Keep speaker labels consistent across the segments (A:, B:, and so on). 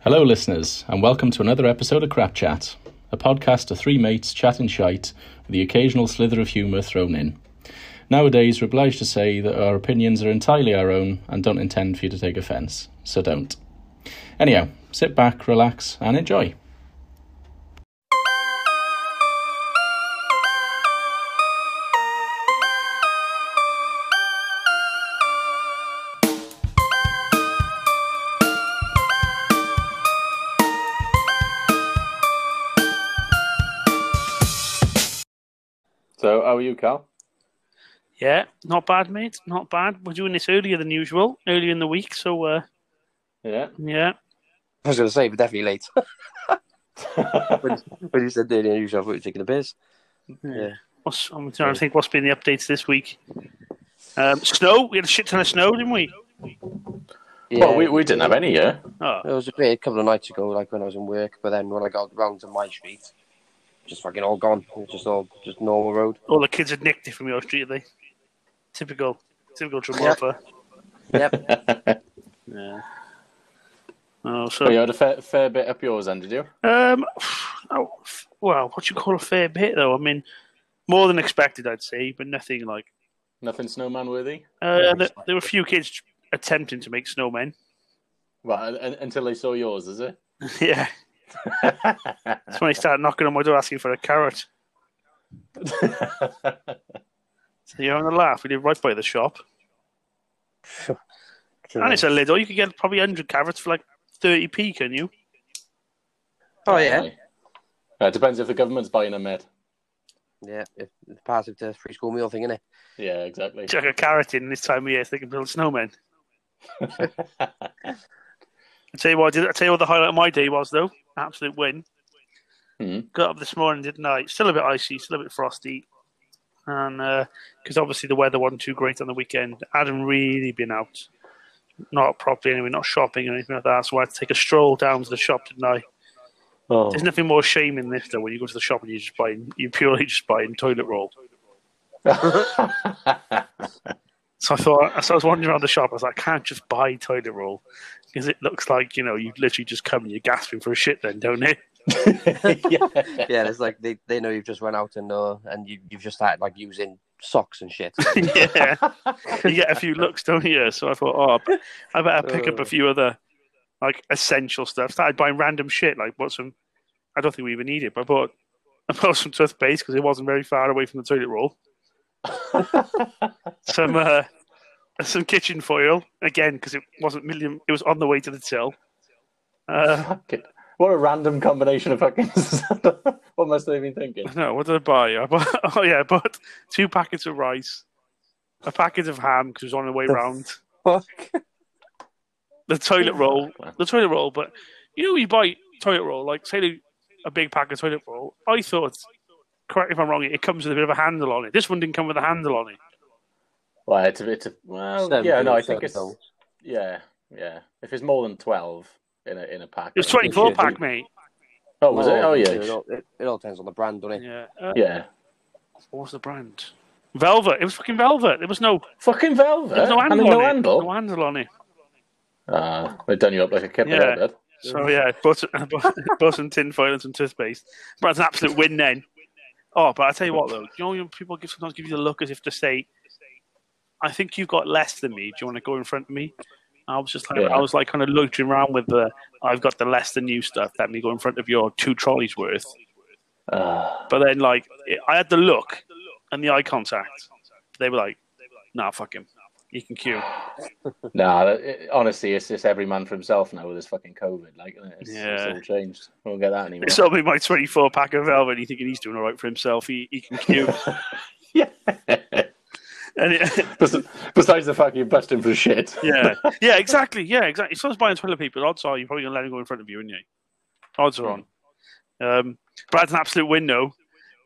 A: Hello, listeners, and welcome to another episode of Crap Chat, a podcast of three mates chatting shite with the occasional slither of humour thrown in. Nowadays, we're obliged to say that our opinions are entirely our own and don't intend for you to take offence, so don't. Anyhow, sit back, relax, and enjoy. So, how are you, Cal?
B: Yeah, not bad, mate. Not bad. We're doing this earlier than usual, earlier in the week. So, uh,
A: Yeah.
B: yeah,
C: I was going to say, we're definitely late. but you said daily usual, we were taking a piss.
B: what's, I'm trying to think what's been the updates this week. Um, snow. We had a shit ton of snow, didn't we?
C: Yeah,
A: Well, we, we didn't have any, yeah?
B: Oh,
C: it was a bit a couple of nights ago, like when I was in work. But then when I got round to my street, just fucking all gone. It was just all just normal road.
B: all the kids had nicked it from your street, they. Typical, typical
C: Yeah.
B: Tremorpa.
C: Yep.
B: Yeah. Oh,
D: Well, you
B: so
D: had a fair, fair bit up yours then, did you?
B: um, oh, f- well, what you call a fair bit though? I mean, more than expected, I'd say, but nothing like.
D: Nothing snowman worthy.
B: Uh, there, there were a few kids attempting to make snowmen.
D: Well, un- until they saw yours, is it?
B: yeah. That's when they started knocking on my door asking for a carrot. So you're having a laugh. We live right by the shop. And it's a Lidl. You could get probably 100 carrots for like 30p, can you?
C: oh, yeah.
D: Uh, depends if the government's buying them, mate.
C: Yeah, it's it's part of the free school meal thing, innit?
D: Yeah, exactly.
B: Chuck a carrot in this time of year so they can build snowmen. I tell you what, I did, I tell you what the highlight of my day was, though. Absolute win.
D: Hmm.
B: Got up this morning, didn't I? Still a bit icy, still a bit frosty. And because obviously the weather wasn't too great on the weekend, I hadn't really been out, not properly anyway, not shopping or anything like that. So I had to take a stroll down to the shop, didn't I?
D: Oh.
B: There's nothing more shame in this though when you go to the shop and you just buy you purely just buying toilet roll. So I thought, so I was wandering around the shop. I was like, I can't just buy toilet roll because it looks like you know you literally just come and you're gasping for a shit, then don't it?
D: yeah.
C: Yeah, it's like they, they know you've just went out and uh, and you, you've just started like using socks and shit.
B: yeah, you get a few looks, don't you? So I thought, oh, I better pick up a few other like essential stuff. Started buying random shit, like bought some. I don't think we even need it, but I bought I bought some toothpaste because it wasn't very far away from the toilet roll. some uh, some kitchen foil again because it wasn't million. It was on the way to the till. Uh,
D: Fuck it. What a random combination of fucking. what must they have been thinking?
B: No, what did I buy? I bought, oh yeah, I bought two packets of rice, a packet of ham because it was on the way round.
C: Fuck.
B: The toilet roll, the toilet roll. But you know, you buy toilet roll, like say the- a big pack of toilet roll. I thought, correct me if I'm wrong, it comes with a bit of a handle on it. This one didn't come with a handle on it.
D: Well, it's a bit. of- Well,
C: Seven
D: Oh, yeah, no, I
C: bills,
D: think
C: seven
D: it's.
C: bills.
D: Yeah, yeah. If it's more than twelve in a in a pack.
B: It was
D: I think
B: 24
D: it's-
B: pack, mate.
D: Oh, was it? Oh,
C: It
D: yeah.
C: all, it, it all depends on the brand, doesn't it?
B: Yeah. Uh,
D: Yeah.
B: What was the brand? Velvet. It was fucking velvet. There was no,
D: Fucking velvet.
B: there was no
D: and
B: handle
D: Uh, no
B: on
D: handle.
B: it. No handle on it.
D: Ah, they've done you up like a kipper
B: Yeah.
D: yeah. there, bud.
B: So yeah, bought, some- bought, bought some tin foil and some toothpaste. But it's an absolute win then. Oh, but I tell you what though, you know when people give, sometimes give you the look as if to say, "I think you've got less than me. Do you want to go in front of me?" I was just like,
D: Yeah.
B: I was like kind of loitering around with the, "I've got the less than you stuff. Let me go in front of your two trolleys worth."
D: Ah,
B: But then like, it, I had the look and the eye contact. They were like, "Nah, fuck him. He can queue."
D: nah, that- it- honestly, it's just every man for himself now with this fucking COVID. Like, uh, it's,
B: Yeah.
D: it's all changed. We won't get that anymore.
B: It's only my twenty-four pack of velvet. He thinking he's doing all right for himself. He he can queue.
D: yeah.
B: and it,
D: Bes- Besides the fact you're busting for shit.
B: yeah, yeah, exactly. Yeah, exactly. If someone's buying toilet paper, odds are you're probably going to let him go in front of you, aren't you? Odds are on. Um, but that's an absolute window.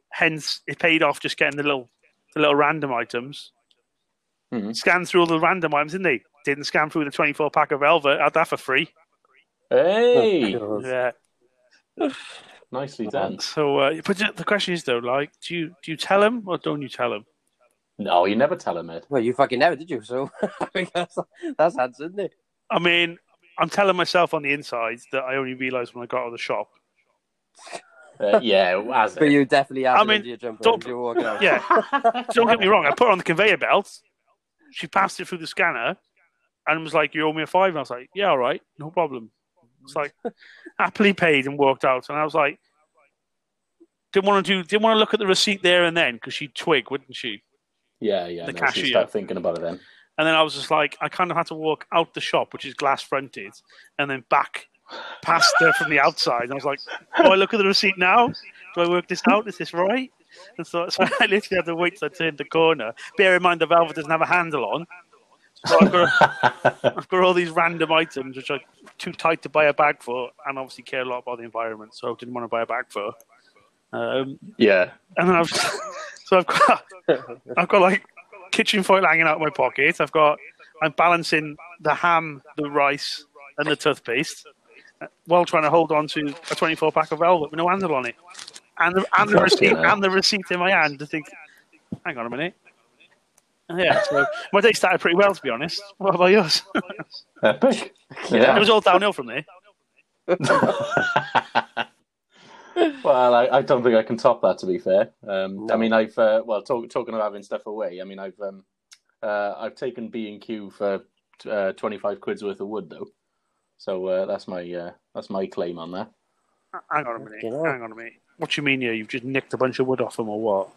B: Hence, it paid off just getting the little, the little random items.
D: Mhm.
B: Scan through all the random items, didn't they? Didn't scan through the 24 pack of Velvet. Had that for free.
D: Hey,
B: Yeah.
D: nicely done.
B: So, uh, but the question is though, like, do you do you tell him or don't you tell him?
D: No, you never tell him it.
C: Well, you fucking never did you? So I think that's, that's answered, isn't it?
B: I mean, I'm telling myself on the inside that I only realised when I got out of the shop.
D: Uh, yeah, as
C: But you definitely have
B: I
C: it
B: mean,
C: under your jumper
B: don't-
C: as you're walking out.
B: Yeah, don't get me wrong. I put her on the conveyor belt. She passed it through the scanner and was like, "You owe me a five. And I was like, "Yeah, all right, no problem." It's like happily paid and walked out. And I was like, didn't want to do, didn't want to look at the receipt there and then because she'd twig, wouldn't she?
D: yeah, yeah.
B: The
D: no, so you
B: cashier.
D: start thinking about it then.
B: And then I was just like, I kind of had to walk out the shop, which is glass fronted, and then back past her from the outside. And I was like, do I look at the receipt now? Do I work this out? Is this right? And so, so I literally had to wait till I turned the corner. Bear in mind, the velvet doesn't have a handle on. So I've, got, I've got all these random items which are too tight to buy a bag for, and obviously care a lot about the environment, so I didn't want to buy a bag for. Um,
D: Yeah.
B: and then I've so I've got I've got like kitchen foil hanging out of my pocket. I've got I'm balancing the ham, the rice, and the toothpaste uh, while trying to hold on to a 24 pack of velvet with no handle on it, and the, and the receipt
D: Fucking hell.
B: and the receipt in my hand. To think, hang on a minute. Yeah, so my day started pretty well, to be honest. What about yours?
D: Epic.
B: it
D: Yeah.
B: was all downhill from there.
D: well, I, I don't think I can top that. To be fair, um,
C: No.
D: I mean, I've uh, well talk, talking of having stuff away. I mean, I've um, uh, I've taken B and Q for uh, twenty five quid's worth of wood though, so uh, that's my uh, that's my claim on that.
B: Hang on a minute.
C: Fucking hell.
B: Hang on a minute. What do you mean? Yeah, you've just nicked a bunch of wood off them, or what?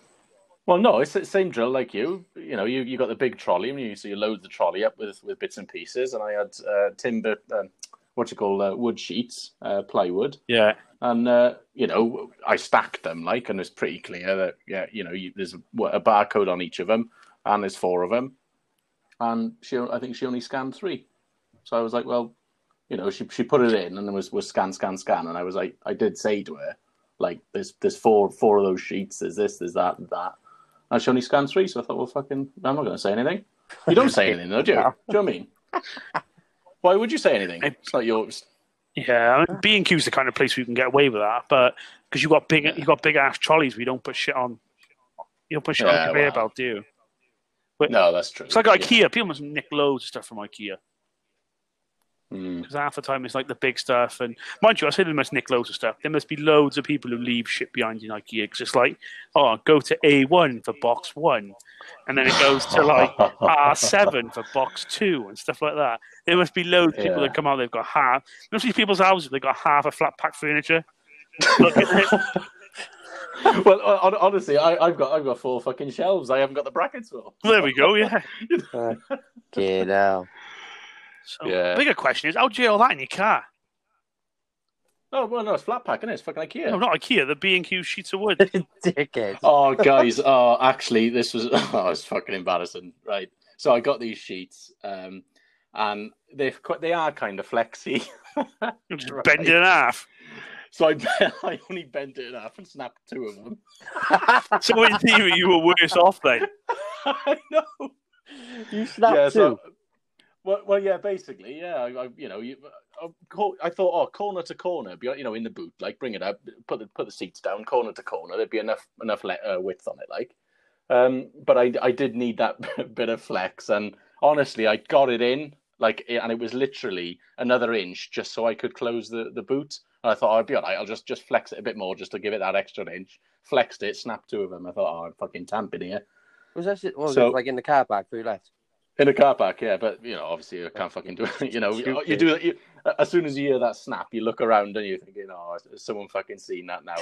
D: Well, no, it's the same drill like you. You know, you, you got the big trolley, and you so you load the trolley up with, with bits and pieces. And I had uh, timber, um, what you call uh, wood sheets, uh, plywood,
B: Yeah.
D: and uh, you know I stacked them like, and it's pretty clear that yeah, you know, you, there's a, what, a barcode on each of them, and there's four of them, and she I think she only scanned three, so I was like, well, you know, she she put it in, and it was was scan scan scan, and I was like, I did say to her like, there's there's four four of those sheets, there's this, there's that, and that. And she only scanned three, so I thought, well, fucking, I'm not going to say anything. You don't say anything, though, do you? Do you know what I mean? Why would you say anything? It's not your
B: Yeah, B and Q is the kind of place where you can get away with that, but because you got big, you got big ass trolleys, we don't put shit on. You don't put shit on
D: Yeah,
B: the conveyor
D: well.
B: belt, do you?
D: No, that's true.
B: It's like IKEA.
D: Yeah.
B: People must nick loads of stuff from IKEA
D: Mm.
B: because half the time it's like the big stuff. And mind you, I say they must nick loads of stuff. There must be loads of people who leave shit behind in IKEA because it's like, oh, go to A one for box one, and then it goes to like R seven for box two and stuff like that. There must be loads of people
D: Yeah.
B: that come out. They've got half. There must be people's houses. They've got half a flat pack furniture. Look at it.
D: well, hon- honestly, I, I've got I've got four fucking shelves. I haven't got the brackets for.
B: There we go. Yeah.
C: Uh, Get out.
B: So
D: Yeah.
B: bigger question is, how do you get all that in your car?
D: Oh well, no, it's flat pack, is it? It's fucking IKEA.
B: No, not IKEA. The B and Q sheets of wood.
C: Dickhead.
D: Oh, guys. Oh, actually, this was oh, it's fucking embarrassing, right? So I got these sheets, um, and they they are kind of flexy.
B: You Just
D: Right.
B: bend it in half.
D: So I I only bent it in half and snapped two of them.
B: So in theory, you were worse off then.
D: I know.
C: You snapped
D: yeah, so,
C: too.
D: well, well, yeah, basically, yeah. I, I, you know, you, I, cor- I thought, oh, corner to corner, be- you know, in the boot, like bring it up, put the put the seats down, corner to corner. There'd be enough enough le- uh, width on it, like. Um, but I I did need that bit of flex, and honestly, I got it in like, eh, and it was literally another inch just so I could close the the boot. And I thought I'd be all right. I'll just just flex it a bit more just to give it that extra inch. Flexed it, snapped two of them. I thought, oh, I'm fucking tamping here.
C: Was that shit? What was
D: So-
C: it like in the car park? Who left?
D: In a car park, yeah, but you know, obviously, I can't fucking do it. You know,
C: Stupid.
D: you do that. You, as soon as you hear that snap, you look around and you're thinking, "Oh, has someone fucking seen that now."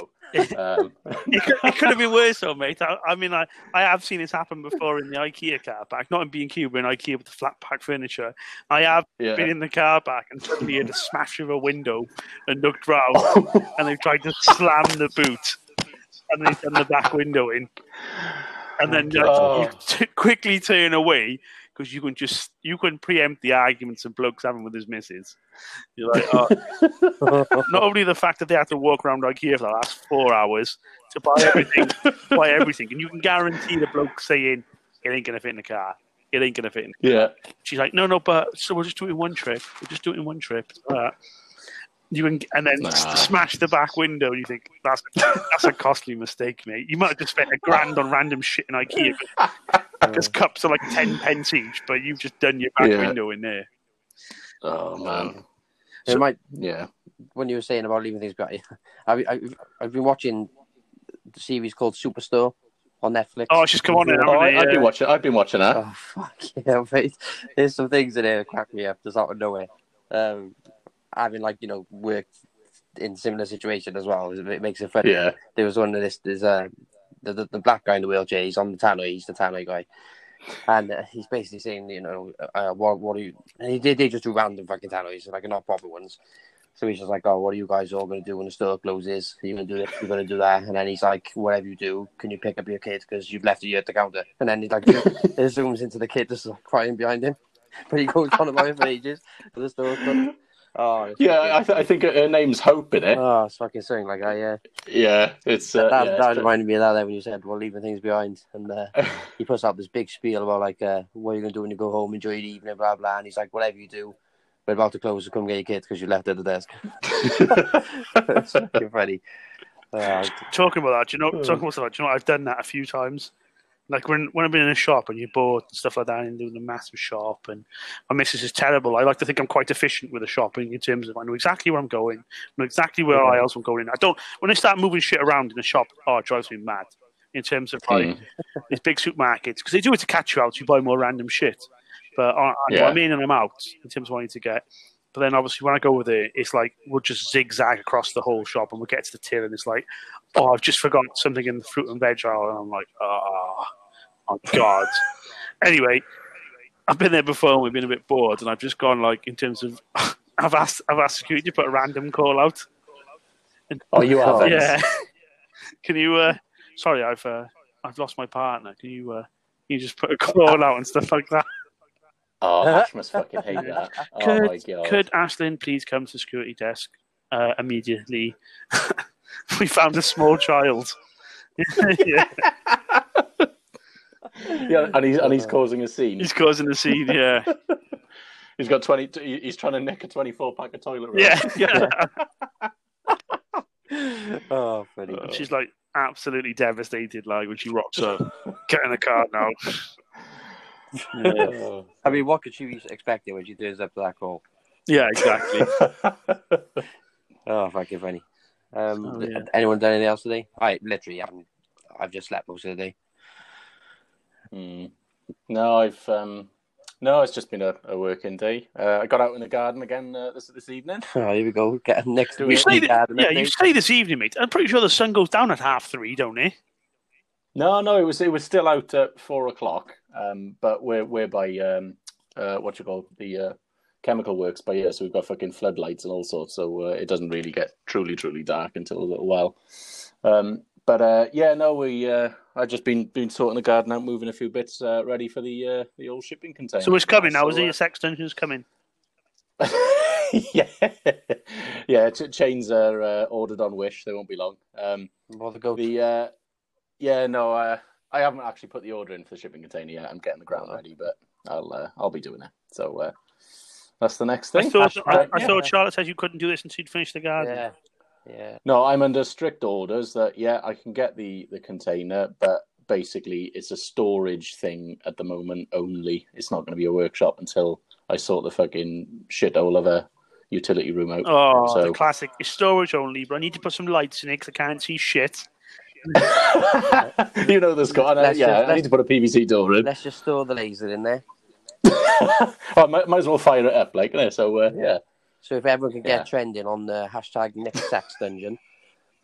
D: Um,
B: It could, it could have been worse, though, mate. I, I mean, I, I have seen this happen before in the IKEA car park, not in B and Q, but in IKEA with the flat pack furniture. I have been
D: yeah,
B: in the car park and suddenly had a smash of a window and looked round, and they tried to slam the boot, and they turned the back window in, and then uh,
D: Oh.
B: you t- quickly turn away because you can just you can preempt the arguments and blokes having with his missus. You're like, oh. not only the fact that they had to walk around IKEA for the last four hours to buy everything, buy everything, and you can guarantee the bloke saying it ain't gonna fit in the car. It ain't gonna fit in
D: yeah.
B: She's like, no, no, but so we'll just do it in one trip. We'll just do it in one trip. Uh, you can, and then
D: Nah.
B: s- smash the back window. And you think that's that's a costly mistake, mate. You might have just spent a grand on random shit in IKEA
C: Uh,
B: because cups are like ten pence each, but you've just done your back
D: Yeah.
B: window in there.
D: Oh man,
C: So,
B: So-
C: might
D: Yeah.
C: when you were saying about leaving things behind, I've, I've, I've been watching the series called Superstore on Netflix.
B: Oh, she's come on in.
D: Oh, I,
B: haven't
D: I've
B: they?
D: been watching. I've been watching that.
C: Oh, fuck yeah, mate. There's some things in here that crack me up just out of nowhere. Um, having like you know worked in similar situation as well, it makes
B: Oh.
C: it funny.
D: Yeah.
C: There was one of this. There's uh, the, the the black guy in the wheelchair. He's on the tannoy. He's the tannoy guy, and uh, he's basically saying, you know, uh, what what are you? And he did. They just do random fucking tannoys, like not proper ones. So he's just like, oh, what are you guys all going to do when the store closes? You're going to do this, you're going to do that. And then he's like, whatever you do, can you pick up your kid? Because you've left it here at the counter. And then he like, it zooms into the kid that's like, crying behind him. But he goes on about it for ages. But the store closed. Oh, it's
D: Yeah. I,
C: fucking-
D: th- I think her name's Hope in it.
C: Oh, it's fucking something like uh, that, yeah.
D: yeah. It's. Uh,
C: that
D: yeah,
C: that
D: it's-
C: reminded me of that there when you said, well, leaving things behind. And uh, he puts out this big spiel about, like, uh, what are you going to do when you go home, enjoy your evening, blah, blah. And he's like, whatever you do, we're about to close, so come get your kids because you left it at the desk. it's fucking funny. Uh,
B: Talking about that, do you know?
D: Hmm.
B: Talking about that, do you know? I've done that a few times. Like when when I've been in a shop and you're bored and stuff like that, and doing a massive shop, and my missus is terrible. I like to think I'm quite efficient with the shopping in terms of I know exactly where I'm going, I know exactly where I else I'm going. I don't when I start moving shit around in the shop. Oh, it drives me mad. In terms of like these big supermarkets, because they do it to catch you out, so you buy more random shit. But I, I know
D: Yeah.
B: I'm in and I'm out in terms of what I need to get. But then obviously when I go with it, it's like we'll just zigzag across the whole shop and we'll get to the till and it's like, oh, I've just forgotten something in the fruit and veg aisle. And I'm like, oh, oh God. anyway, I've been there before and we've been a bit bored and I've just gone like in terms of, I've asked, I've asked security to put a random call out.
D: Oh, you have. it.
B: Yeah. Can you? Uh, sorry, I've uh, I've lost my partner. Can you? Uh, can you just put a call out and stuff like that?
D: Oh, Ash must fucking hate that. Oh
B: Could-
D: my god.
B: Could Ashlyn please come to security desk uh, immediately? we found a small child. yeah,
D: Yeah, and he's and he's causing a scene.
B: he's causing a scene. Yeah,
D: He's got twenty. he- He's trying to nick a twenty-four pack of toilet roll.
B: yeah, yeah.
C: oh, funny.
B: And She's like absolutely devastated. Like when she rocks up, get in the car now.
D: Oh.
C: I mean, what could she be expecting when she turns up to that call?
B: Yeah, exactly.
C: Oh, fucking funny. Um,
B: Oh, yeah.
C: Anyone done anything else today? I literally haven't. I've just slept most of the day.
D: Hmm. No, I've um, no. It's just been a, a working day. Uh, I got out in the garden again uh, this this evening.
C: Oh, here we go. Get next
D: You
C: week.
B: You say
C: we
B: that,
C: had an
B: yeah, you
C: update.
B: say this evening, mate. I'm pretty sure the sun goes down at half three, don't it?
D: No, no, it was it was still out at four o'clock. Um, but we're we're by um, uh, what you call the uh, chemical works by here, so we've got fucking floodlights and all sorts. So uh, it doesn't really get truly truly dark until a little while. Um, but uh, yeah, no, we uh, I've just been been sorting the garden out, moving a few bits, uh, ready for the uh, the old shipping container.
B: So it's coming now,
D: So,
B: is it?
D: uh,
B: Your sextension's coming.
D: yeah, yeah. Ch- chains are uh, ordered on Wish. They won't be long. Um,
C: Well, the goat.
D: the uh, yeah, no, uh, I haven't actually put the order in for the shipping container yet. I'm getting the ground ready, but I'll uh, I'll be doing it. So uh, that's the next thing.
B: I thought,
D: Hashtag-
B: I, I
D: yeah.
B: thought Charlotte said you couldn't do this until you'd finished the garden.
C: yeah, yeah.
D: No, I'm under strict orders that yeah, I can get the the container, but basically it's a storage thing at the moment only. It's not going to be a workshop until I sort the fucking shit all of a utility room out.
B: Oh, the
D: So-
B: classic. It's storage only, but I need to put some lights in it because I can't see shit.
D: you know the score. and I-
C: Let's
D: yeah,
C: just-
D: I need to put a PVC door in.
C: Let's just store the laser in there.
D: I might, might as well fire it up, like, yeah, so, uh, yeah.
C: So if everyone can get
D: Yeah.
C: trending on the hashtag next sex dungeon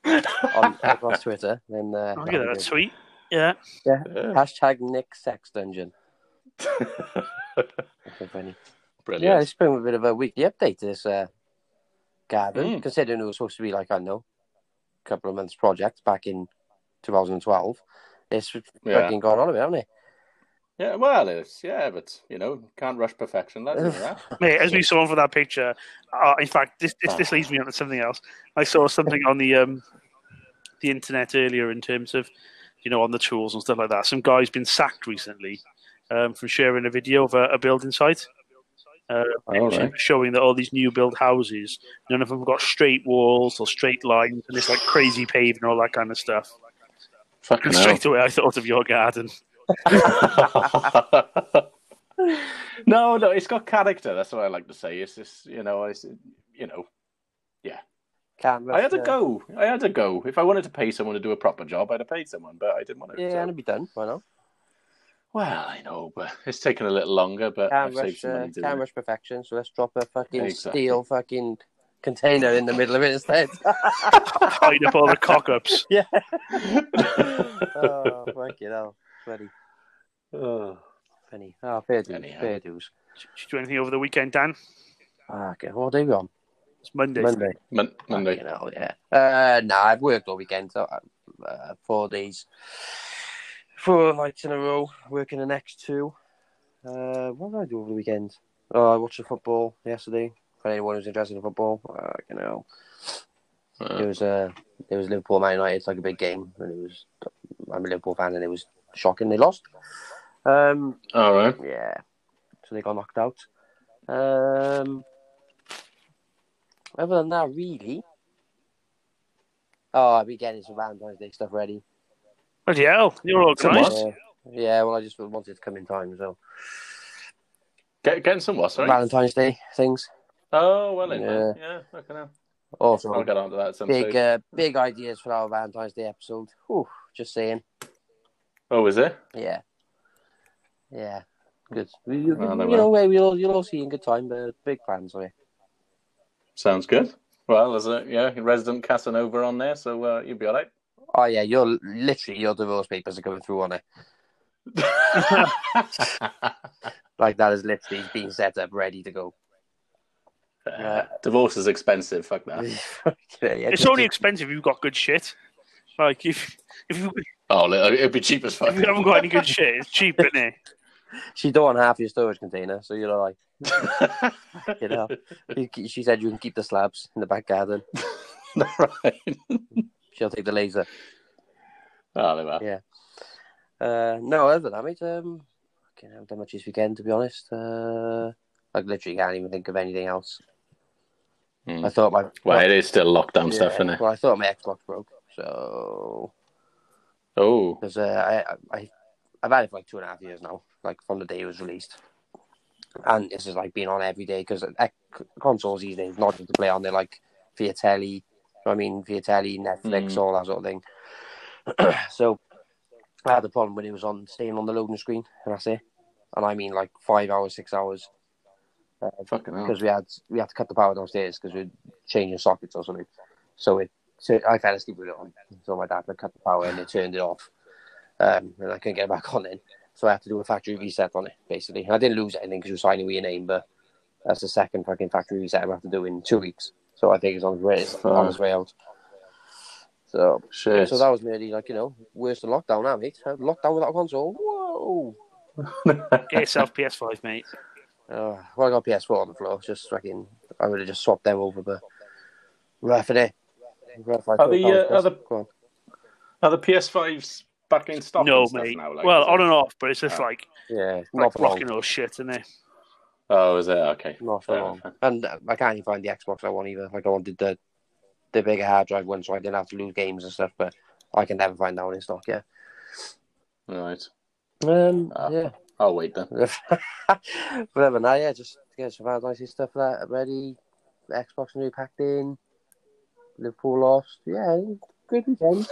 C: on across Twitter, then uh,
B: Oh, look at
C: that'll be
B: that.
C: good.
B: That's sweet. Yeah.
D: Yeah.
C: hashtag Nick sex dungeon. Okay, funny. Yeah,
D: Brilliant.
C: it's been a bit of a weekly update to this uh, garden,
D: Mm.
C: considering it was supposed to be like I know, a couple of months project back in 2012. It's
D: Yeah.
C: fucking gone on a bit, hasn't it?
D: Yeah, well, it's, yeah, but, you know, can't rush perfection, lads. you know
B: Mate, as we saw for that picture, uh, in fact, this, this this leads me on to something else. I saw something on the um, the internet earlier in terms of, you know, on the tools and stuff like that. Some guy's been sacked recently um, from sharing a video of a, a building site. Uh,
D: All right.
B: showing that all these new build houses, none of them have got straight walls or straight lines, and it's like crazy paving and all that kind of stuff.
D: Fucking
B: And
D: hell.
B: straight away, I thought of your garden.
D: no, no, it's got character. That's what I like to say. It's just you know, it's, you know,
C: Can't rush
D: I had to
C: the-
D: go. I had to go. If I wanted to pay someone to do a proper job, I'd have paid someone, but I didn't want to.
C: Yeah,
D: so-
C: and it'd be done by now.
D: Well, I know, but it's taken a little longer, but
C: Can't
D: I've saved
C: rush,
D: some
C: uh,
D: money doing
C: can't
D: it.
C: rush perfection, so let's drop a fucking
D: Exactly.
C: steel fucking container in the middle of it instead.
B: Hide up all the cock ups.
C: yeah. oh, fucking hell. Bloody
D: Oh.
C: penny. Oh, fair dues.
D: Anyhow.
C: Fair dues.
B: Did you do anything over the weekend, Dan?
C: Ah, okay. What day we on?
B: It's Monday.
C: Monday.
D: Mon- Monday.
C: You know, yeah. Uh, nah, I've worked all weekend, so uh, four days, four nights in a row, working the next two. Uh, what did I do over the weekend? Oh, I watched the football yesterday. For anyone who's interested in football, uh, you know, it
D: Uh,
C: was uh, it was Liverpool Man United. It's like a big game, and it was. I'm a Liverpool fan, and it was shocking. They lost. Um,
D: all right.
C: yeah. So they got knocked out. Um, other than that, really. Oh, I'll be getting some Valentine's Day stuff ready.
B: Bloody hell, you're organised.
D: What?
C: Yeah. yeah, well, I just wanted to come in time, so.
D: Get, getting some what, sorry?
C: Valentine's Day things.
D: Oh, well, in there. Yeah, fucking hell. I'll
C: Also,
D: get onto that at some
C: big
D: stage.
C: uh, big ideas for our Valentine's Day episode. Whew, just saying.
D: Oh, is it?
C: Yeah. Yeah. Good. You, you,
D: Oh, no
C: you
D: way.
C: know, we'll, you'll, you'll all see in good time, but big plans, sorry.
D: Sounds good. Well, there's a yeah, resident Casanova on there, so uh, you'll be all right.
C: Oh, yeah, you're literally, your divorce papers are coming through on it. Like that is literally being set up, ready to go.
D: Uh, divorce is expensive. Fuck that.
B: It's only expensive if you've got good shit. Like, if if you,
D: Oh, it'd be cheap as fuck.
B: if you haven't got any good shit, it's cheap, isn't it?
C: she don't want half your storage container, so you're like, you know, you, she said you can keep the slabs in the back garden.
D: right.
C: She'll take the laser.
D: Oh, they were.
C: Uh, no, other than that, mate, um, I can't have done much this weekend to be honest. Uh, I literally can't even think of anything else.
D: Hmm.
C: I thought my
D: Well, it is still lockdown
C: yeah,
D: stuff, isn't it?
C: Well, I thought my Xbox broke, so
D: Oh,
C: because uh, I, I I've had it for like two and a half years now, like from the day it was released, and this is like being on every day because consoles these days not just to play on, they're like via telly. I mean, via telly, Netflix,
D: Mm.
C: all that sort of thing. so I had the problem when it was on staying on the loading screen, and that's it. And I mean, like five hours, six hours,
D: fucking hell.
C: because we had we had to cut the power downstairs because we were changing sockets or something. So it so I fell asleep with it on. So my dad had cut the power and it turned it off, um, and I couldn't get it back on it. So I had to do a factory reset on it basically. I didn't lose anything because you signing with your name, but that's the second fucking factory reset I have to do in two weeks. So I think it's on its way, it's on its way out. So
D: Shit.
C: so that was nearly like you know worse than lockdown, now, mate. Lockdown without a console. Whoa.
B: Get yourself PS5, mate.
C: Oh, well, I got PS4 on the floor. Just reckon I would have just swapped them over, but rough it. eh? Rough, I thought
D: the,
C: that was
D: uh, are the-
C: best. Go on.
D: Are the PS5s back in stock?
B: No,
D: and stuff
B: mate.
D: Now, like,
B: well,
D: is it-
B: on and off, but it's just
D: Oh.
B: like,
C: Yeah, not
B: like
C: for long.
B: blocking all shit, isn't it?
D: Oh, is it? Okay.
C: Not for
D: Fair
C: long.
D: enough.
C: And uh, I can't even find the Xbox I want either. Like I wanted the the bigger hard drive one, so I didn't have to lose games and stuff. But I can never find that one in stock. Yeah.
D: Right.
C: Um.
D: Ah.
C: Yeah.
D: I'll wait then.
C: Whatever. Now, yeah, just get some nice stuff like that ready. Xbox new packed in. Liverpool lost. Yeah, good weekend.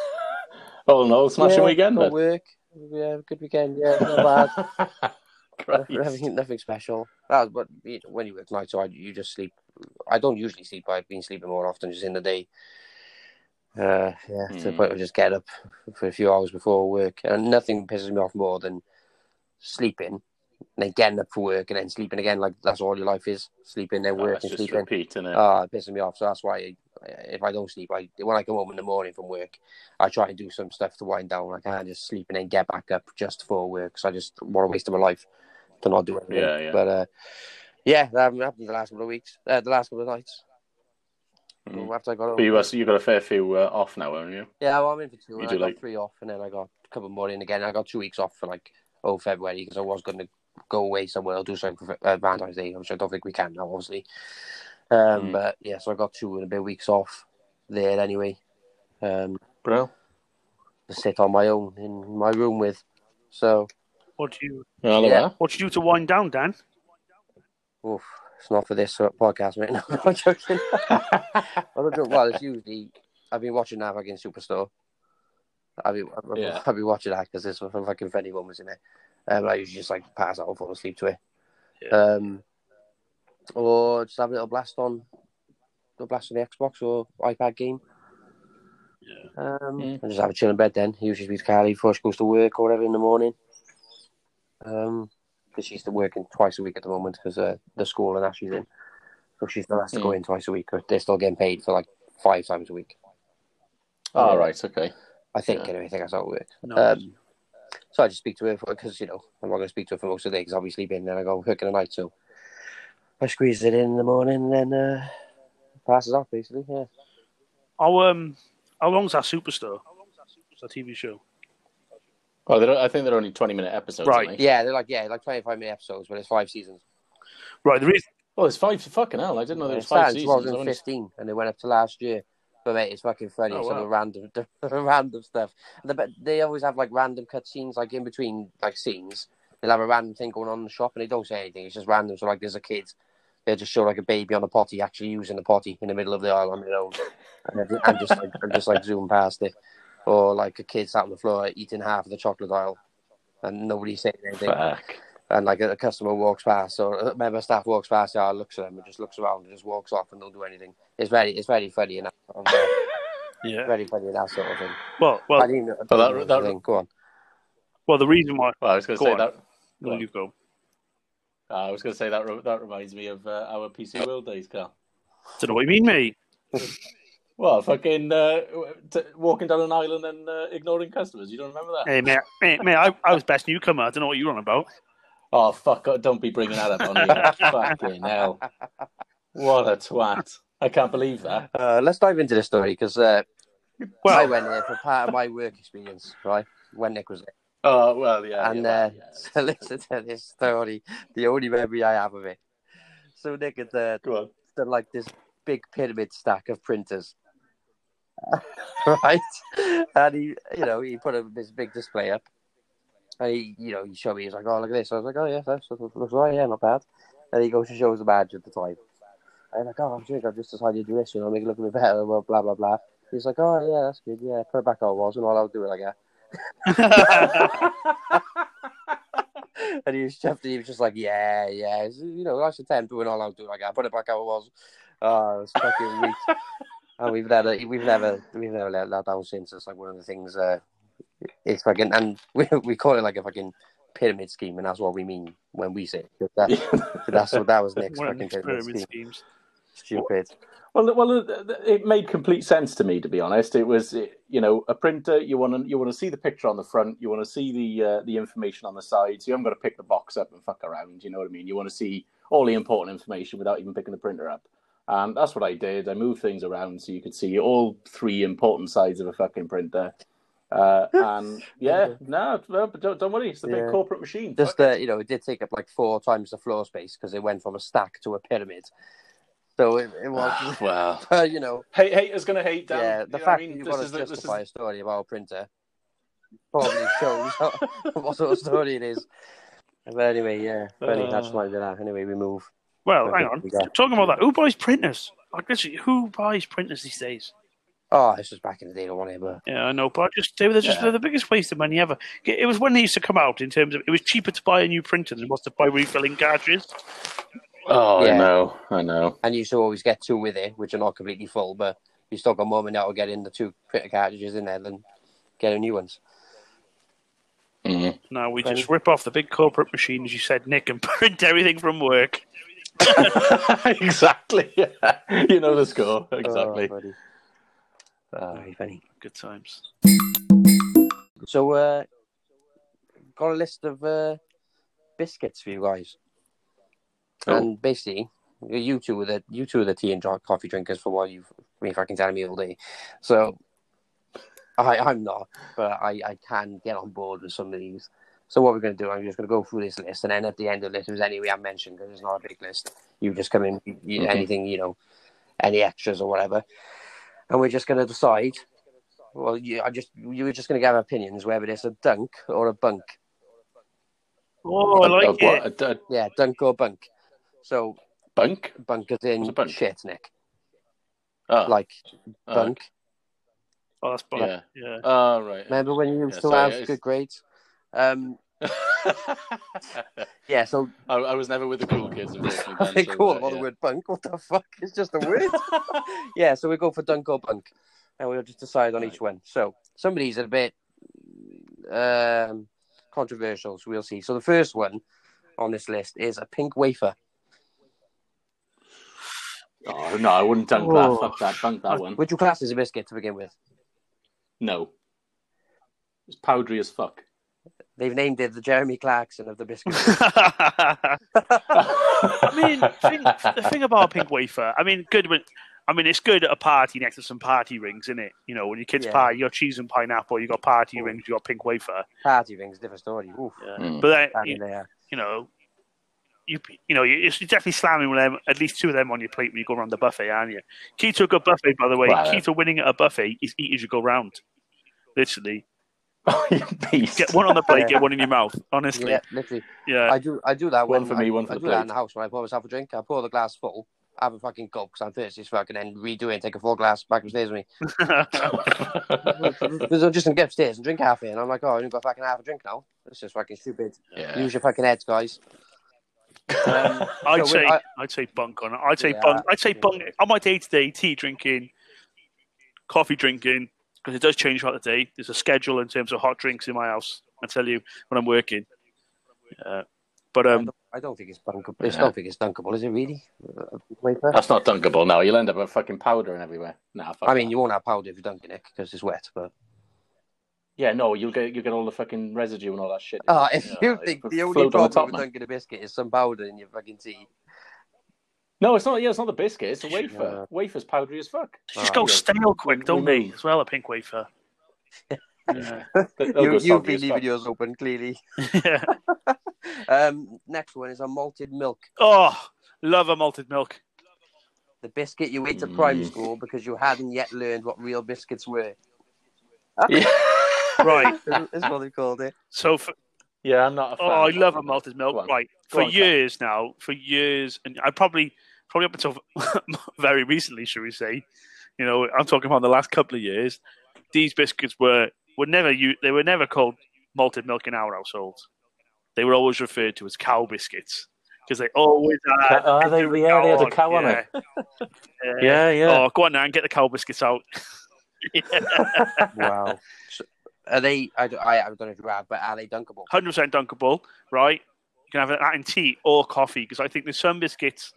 D: Oh no, smashing
C: yeah,
D: weekend
C: got
D: then.
C: work. Yeah, good weekend. Yeah, not bad.
D: Christ.
C: nothing, nothing special. Ah, but you know, when you work nights, so I, you just sleep. I don't usually sleep. but I've been sleeping more often just in the day. Uh, yeah, to the
D: Hmm.
C: point of just get up for a few hours before work, and nothing pisses me off more than sleeping, and then getting up for work, and then sleeping again. Like that's all your life is: sleeping, then
D: Oh,
C: work,
D: that's
C: and
D: just
C: sleeping.
D: repeat, innit?
B: Oh,
C: Ah, it pisses me off. So that's why I, if I don't sleep, I when I come home in the morning from work, I try and do some stuff to wind down. Like I just sleep and then get back up just for work. 'cause I just want to waste of my life to not do anything.
D: Yeah, yeah.
C: But uh, yeah, that happened happened the last couple of weeks, uh, the last couple of nights.
D: Mm.
C: After I got home,
D: But you, uh, so you got a fair few uh, off now, haven't you?
C: yeah, well, I'm in for two.
D: You
C: And I
D: do
C: got
D: like-
C: three off, and then I got a couple more in again. I got two weeks off for like oh February because I was going to go away somewhere or do something for uh, Valentine's Day, which I don't think we can now, obviously. Um,
D: Hmm.
C: But yeah, so I got two and a bit weeks off there anyway. Um,
D: Bro.
C: to sit on my own in my room with. So
B: What do you
D: Well, there
C: Yeah.
D: we are.
B: what do you do to wind down, Dan?
C: oof, It's not for this uh, podcast, mate. No, I'm joking. well, I don't- well, it's usually I've been watching that fucking Superstore. I've been, I've, been-
D: Yeah.
C: I've been watching that because this was fucking funny one was in it. Um, I usually just like pass out and fall asleep to it.
B: Yeah.
C: Um, or just have a little blast on, little blast on the Xbox or iPad game.
B: Yeah.
C: Um,
D: Yeah.
C: And just have a chill in bed then. Usually with Carly before she goes to work or whatever in the morning. Um, because she's still working twice a week at the moment because uh, the school and Ashley's in. So she still has to go in twice a week, but they're still getting paid for like five times a week.
B: Um,
D: All right, okay.
C: I think,
D: Yeah.
C: anyway, I think that's how it works.
B: No.
C: Um, so I just speak to her because, you know, I'm not going to speak to her for most of the day because I'll be sleeping and then I go working at night. So I squeeze it in in the morning and then uh, passes off basically. Yeah.
B: how um, how long's that Superstore? It's a TV show.
D: Well, they're, I think they're only twenty-minute episodes,
B: Right.
D: Aren't they?
C: Yeah, they're like, yeah, like 25 minute episodes, but it's five seasons.
B: Right, the reason
D: Oh, it's five. Fucking hell! I didn't know there
C: It
D: was five
C: started in
D: seasons. I only-
C: 2015 and it went up to last year. But mate, it's fucking funny.
D: Oh,
C: Some of
D: wow.
C: the random, the random stuff. And they, they always have like random cut scenes, like in between like scenes. They'll have a random thing going on in the shop, and they don't say anything. It's just random. So like, there's a kid. They will just show like a baby on a potty actually using a potty in the middle of the aisle on their own, and every- and just like and just like zoom past it, or like a kid sat on the floor eating half of the chocolate aisle, and nobody's saying anything
D: Fuck.
C: and like a customer walks past or a member of staff walks past, yeah, looks at them and just looks around and just walks off and don't do anything. It's very, it's very funny and that, sort of-
B: yeah.
C: very funny and that sort of thing.
B: Well
C: I
B: well
C: didn't, I
D: Well,
C: didn't
D: that-
C: know
D: that-
C: anything. Go on.
B: well the reason why
D: Well, I was going to
B: Go
D: say
B: on.
D: that.
B: no,
D: Well,
B: you go.
D: I was going to say that. Re- that reminds me of uh, our PC World days, Carl.
B: Don't know what you mean, mate.
D: Well, fucking uh, t- walking down an island and uh, ignoring customers. You don't remember that?
B: Hey mate, mate, mate I, I was best newcomer. I don't know what you're on about.
D: Oh fuck! oh, Don't be bringing that up on here. fucking hell! What a twat! I can't believe that.
C: Uh, let's dive into the story because uh, I
B: Well,
C: went there for part of my work experience, right? When Nick was there.
D: Oh well, yeah.
C: and
D: yeah,
C: uh,
D: yeah.
C: so listen to this story, the only memory I have of it. So Nick had uh,
D: Go on.
C: done like this big pyramid stack of printers. right? And he, you know, he put a, this big display up. And he, you know, he showed me, he's like, oh, look at this. I was like, oh, yeah, that's, that looks all right. Yeah, not bad. And he goes and shows the badge at the time. And I'm like, oh, I'm doing, I've just decided to do this, you know, make it look a bit better, blah, blah, blah, blah. He's like, oh, yeah, that's good. Yeah, put it back how it was, and all I'll do it like that. And he was chuffed. and He was just like, "Yeah, yeah, it's, you know, nice attempt, but we're not allowed to." Like, I put it back how it was. Oh, it's fucking weak. and we've never, we've never, we've never let that down since. It's like one of the things. Uh, it's fucking, and we we call it like a fucking pyramid scheme, and that's what we mean when we say it. That, that's what that was Nick's
B: one of the
C: fucking pyramid
B: pyramid
C: scheme.
B: schemes.
C: Stupid.
D: Well, th- well, th- th- it made complete sense to me. To be honest, it was it- you know a printer. You want to you want to see the picture on the front. You want to see the uh, the information on the sides. You haven't got to pick the box up and fuck around. You know what I mean? You want to see all the important information without even picking the printer up. And that's what I did. I moved things around so you could see all three important sides of a fucking printer. Uh, and yeah, no, no, but don't, don't worry. It's the big
C: Yeah.
D: corporate machine.
C: Just uh, you know, it did take up like four times the floor space because it went from a stack to a pyramid. So it, it was,
D: well,
C: you know.
D: hate haters gonna hate. Dan.
C: yeah,
D: You
C: the
D: know what I
C: fact
D: mean?
C: that you've
D: This
C: got
D: is
C: to
D: the- this is-
C: justify a story about a printer probably shows what sort of story it is. But anyway, yeah, but anyway, that's
D: Uh.
C: why we're at. Anyway, we move.
B: Well,
C: Okay,
B: hang on.
C: we got-
B: Talking about that, who buys printers? Like literally, who buys printers these days?
C: Oh, this was back in the day, don't want it, but
B: Yeah, I know, but I just they were just
D: Yeah.
B: they're the biggest waste of money ever. It it was when they used to come out in terms of it was cheaper to buy a new printer than it was to buy refilling cartridges.
D: Oh,
C: Yeah.
D: I know, I know.
C: and you used to always get two with it, which are not completely full, but you still got more money out of getting the two printer cartridges in there than getting new ones.
D: Mm.
B: Now we
C: Right.
B: just rip off the big corporate machine, as you said, Nick, and print everything from work.
D: exactly. Yeah. You know the score. Exactly.
C: Oh, uh, buddy. Very funny.
B: Good times.
C: So, uh, got a list of uh, biscuits for you guys,
D: Oh.
C: and basically, you two are the you two are the tea and dr- coffee drinkers for what you've been fucking telling me all day. So, I I'm not, but I I can get on board with some of these. So what we're going to do, I'm just going to go through this list, and then at the end of the list, if there's any we haven't mentioned, because it's not a big list, you just come in, you,
D: Okay.
C: anything, you know, any extras or whatever, and we're just going to decide well, you, I just you were just going to give opinions whether it's a dunk or a bunk.
B: Oh, I like
D: Uh,
B: it.
D: what- uh,
C: Yeah, dunk or bunk. So
D: Bunk?
C: Bunk as
D: What's a
C: in
D: bunk?
C: shit, Nick.
D: Oh,
C: Like
D: oh,
C: bunk.
B: Oh, that's bunk.
D: Yeah.
B: Yeah.
D: Oh, right.
C: Remember when you used
D: Yeah,
C: to
D: sorry,
C: have
D: it's-
C: good grades? Um, yeah, so
D: I, I was never with the cool kids, unfortunately. Ben,
C: they
D: so,
C: call
D: uh,
C: it the
D: yeah.
C: word bunk. What the fuck? It's just a word. yeah, so we go for dunk or bunk, and we'll just decide on each one. So some of these are a bit um, controversial, so we'll see. So the first one on this list is a pink wafer.
D: Oh, no, I wouldn't dunk
B: Oh.
D: that. Fuck that. Dunk that one.
C: Would you class as a biscuit to begin with?
D: No. It's powdery as fuck.
C: They've named it the Jeremy Clarkson of the biscuit.
D: I
B: I mean, thing, the thing about a pink wafer, I mean, good when. I mean, it's good at a party next to some party rings, isn't it? You know, when your kids'
C: Yeah.
B: party, you're cheese and pineapple, you got party rings, you got pink wafer.
C: Party rings, different story. Oof,
D: Mm.
B: But then,
C: I
B: you-
C: mean, they are.
B: you know, you you know, you- you're definitely slamming one of them, at least two of them on your plate when you go around the buffet, aren't you? Key to a good buffet, by the way,
D: Well,
B: key to winning at a buffet is eat as you go round. Literally,
D: Oh, you beast.
B: get one on the plate,
C: Yeah.
B: get one in your mouth. Honestly,
C: Yeah, literally.
B: yeah.
C: I do, I do that.
D: Uh, One
C: when
D: for me,
C: I-
D: one for
C: I
D: the
C: do that in
D: plate.
C: the house when I pour myself a drink. I pour the glass full, have a fucking gulp because I'm thirsty as fuck, and then redo it and take a full glass back upstairs with me. Because I'll just get upstairs and drink half it, and I'm like, oh, I only got fucking half a drink now. That's just fucking stupid.
D: yeah.
C: Use your fucking heads, guys. Um,
B: I'd
C: so we-
B: say
C: I-
B: I, would say bunk on it. I'd say
C: Yeah,
B: bunk. I'd say
C: yeah.
B: bunk on my day to day tea drinking, coffee drinking because it does change throughout the day. There's a schedule in terms of hot drinks in my house. I tell you when I'm working. Uh, but um,
C: I don't think it's dunkable. I
D: Yeah. Oh,
C: don't think it's dunkable, is it really? Uh, wafer?
D: That's not dunkable now. You'll end up with fucking powder and everywhere. Nah, fuck
C: I mean,
D: that.
C: you won't have powder if you dunk it, Nick, because it's wet. But
D: Yeah, no, you'll get you'll get all the fucking residue and all that shit.
C: Ah, if
D: Yeah,
C: you
D: it
C: think
D: would
C: the only
D: float on
C: problem
D: top,
C: with
D: man.
C: dunking a biscuit is some powder in your fucking tea,
D: No, it's not. Yeah, it's not the biscuit. It's the wafer.
C: Yeah.
D: Wafer's powdery as fuck.
B: They just
C: Ah,
B: go
D: yeah.
B: stale quick, don't they?
D: Remove.
B: As well, a pink wafer. yeah.
D: They'll go
C: you, you've
D: soggy
C: been
D: as fuck.
C: leaving yours open clearly.
B: Yeah.
C: Um, next one is a malted milk.
B: Oh, love a malted milk.
C: The biscuit you ate at primary
D: Mm.
C: school because you hadn't yet learned what real biscuits were.
D: Yeah.
B: Right.
C: That's what they called it.
B: So, for,
D: yeah, I'm not. A fan
B: oh, I
D: of
B: love a
D: that.
B: malted
D: Go
B: milk.
D: on.
B: Right.
D: Go
B: For
D: on, Sam.
B: years now, for years, and I probably, probably up until very recently, should we say, you know, I'm talking about the last couple of years, these biscuits were, were never, you, they were never called malted milk in our household. They were always referred to as cow biscuits because they always had.
D: Oh, they, yeah, they had a cow on
B: yeah.
D: it. Yeah, yeah.
B: Oh, go on, Nan, get the cow biscuits out.
C: Wow. So, are they? I, don't- I, I don't know if you have, but are they dunkable?
B: hundred percent dunkable, right? You can have that in tea or coffee because I think there's some biscuits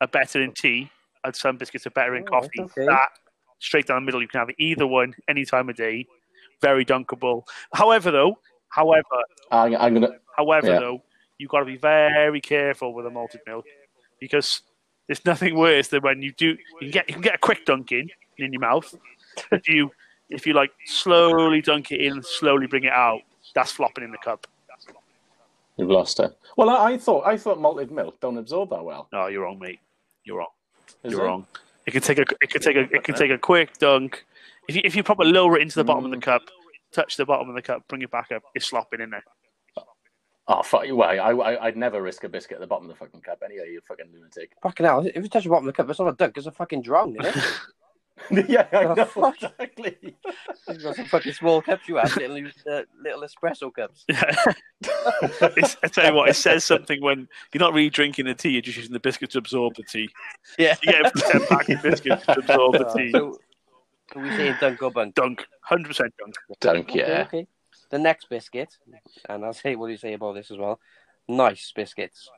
B: are better in tea and some biscuits are better in
C: Oh,
B: coffee.
C: okay.
B: That straight down the middle, you can have either one any time of day. Very dunkable. However, though, however,
D: I, I'm gonna.
B: however,
D: Yeah.
B: though, you've got to be very careful with a malted milk because there's nothing worse than when you do you can get you can get a quick dunk in in your mouth if you if you like slowly dunk it in and slowly bring it out. That's flopping in the cup.
D: You've lost it. Well, I, I thought I thought malted milk don't absorb that well.
B: No, you're wrong, mate. You're wrong.
D: Is
B: you're
D: it?
B: wrong. It could take a it could take a it could take a quick dunk. If you if you probably lower it into the bottom of the
D: Mm.
B: cup, touch the bottom of the cup, bring it back up, it's slopping in there.
D: Oh fuck you! Well, I, I I'd never risk a biscuit at the bottom of the fucking cup anyway. You fucking lunatic.
C: Fucking hell! If you touch the bottom of the cup, it's not a dunk. It's a fucking drown. Isn't it?
D: yeah, I
C: Oh,
D: know
C: fuck.
D: exactly.
C: You've got some fucking small cups you have, little uh, little espresso cups.
B: it's, I tell you what, it says something when you're not really drinking the tea, you're just using the biscuit to absorb the tea.
C: Yeah.
B: You get a ten pack of biscuits to absorb the tea.
C: So, can we say dunk or bunk?
B: Dunk, hundred percent dunk.
D: Dunk,
C: Okay,
D: yeah.
C: okay. The next biscuit, and I'll say what do you say about this as well. Nice biscuits.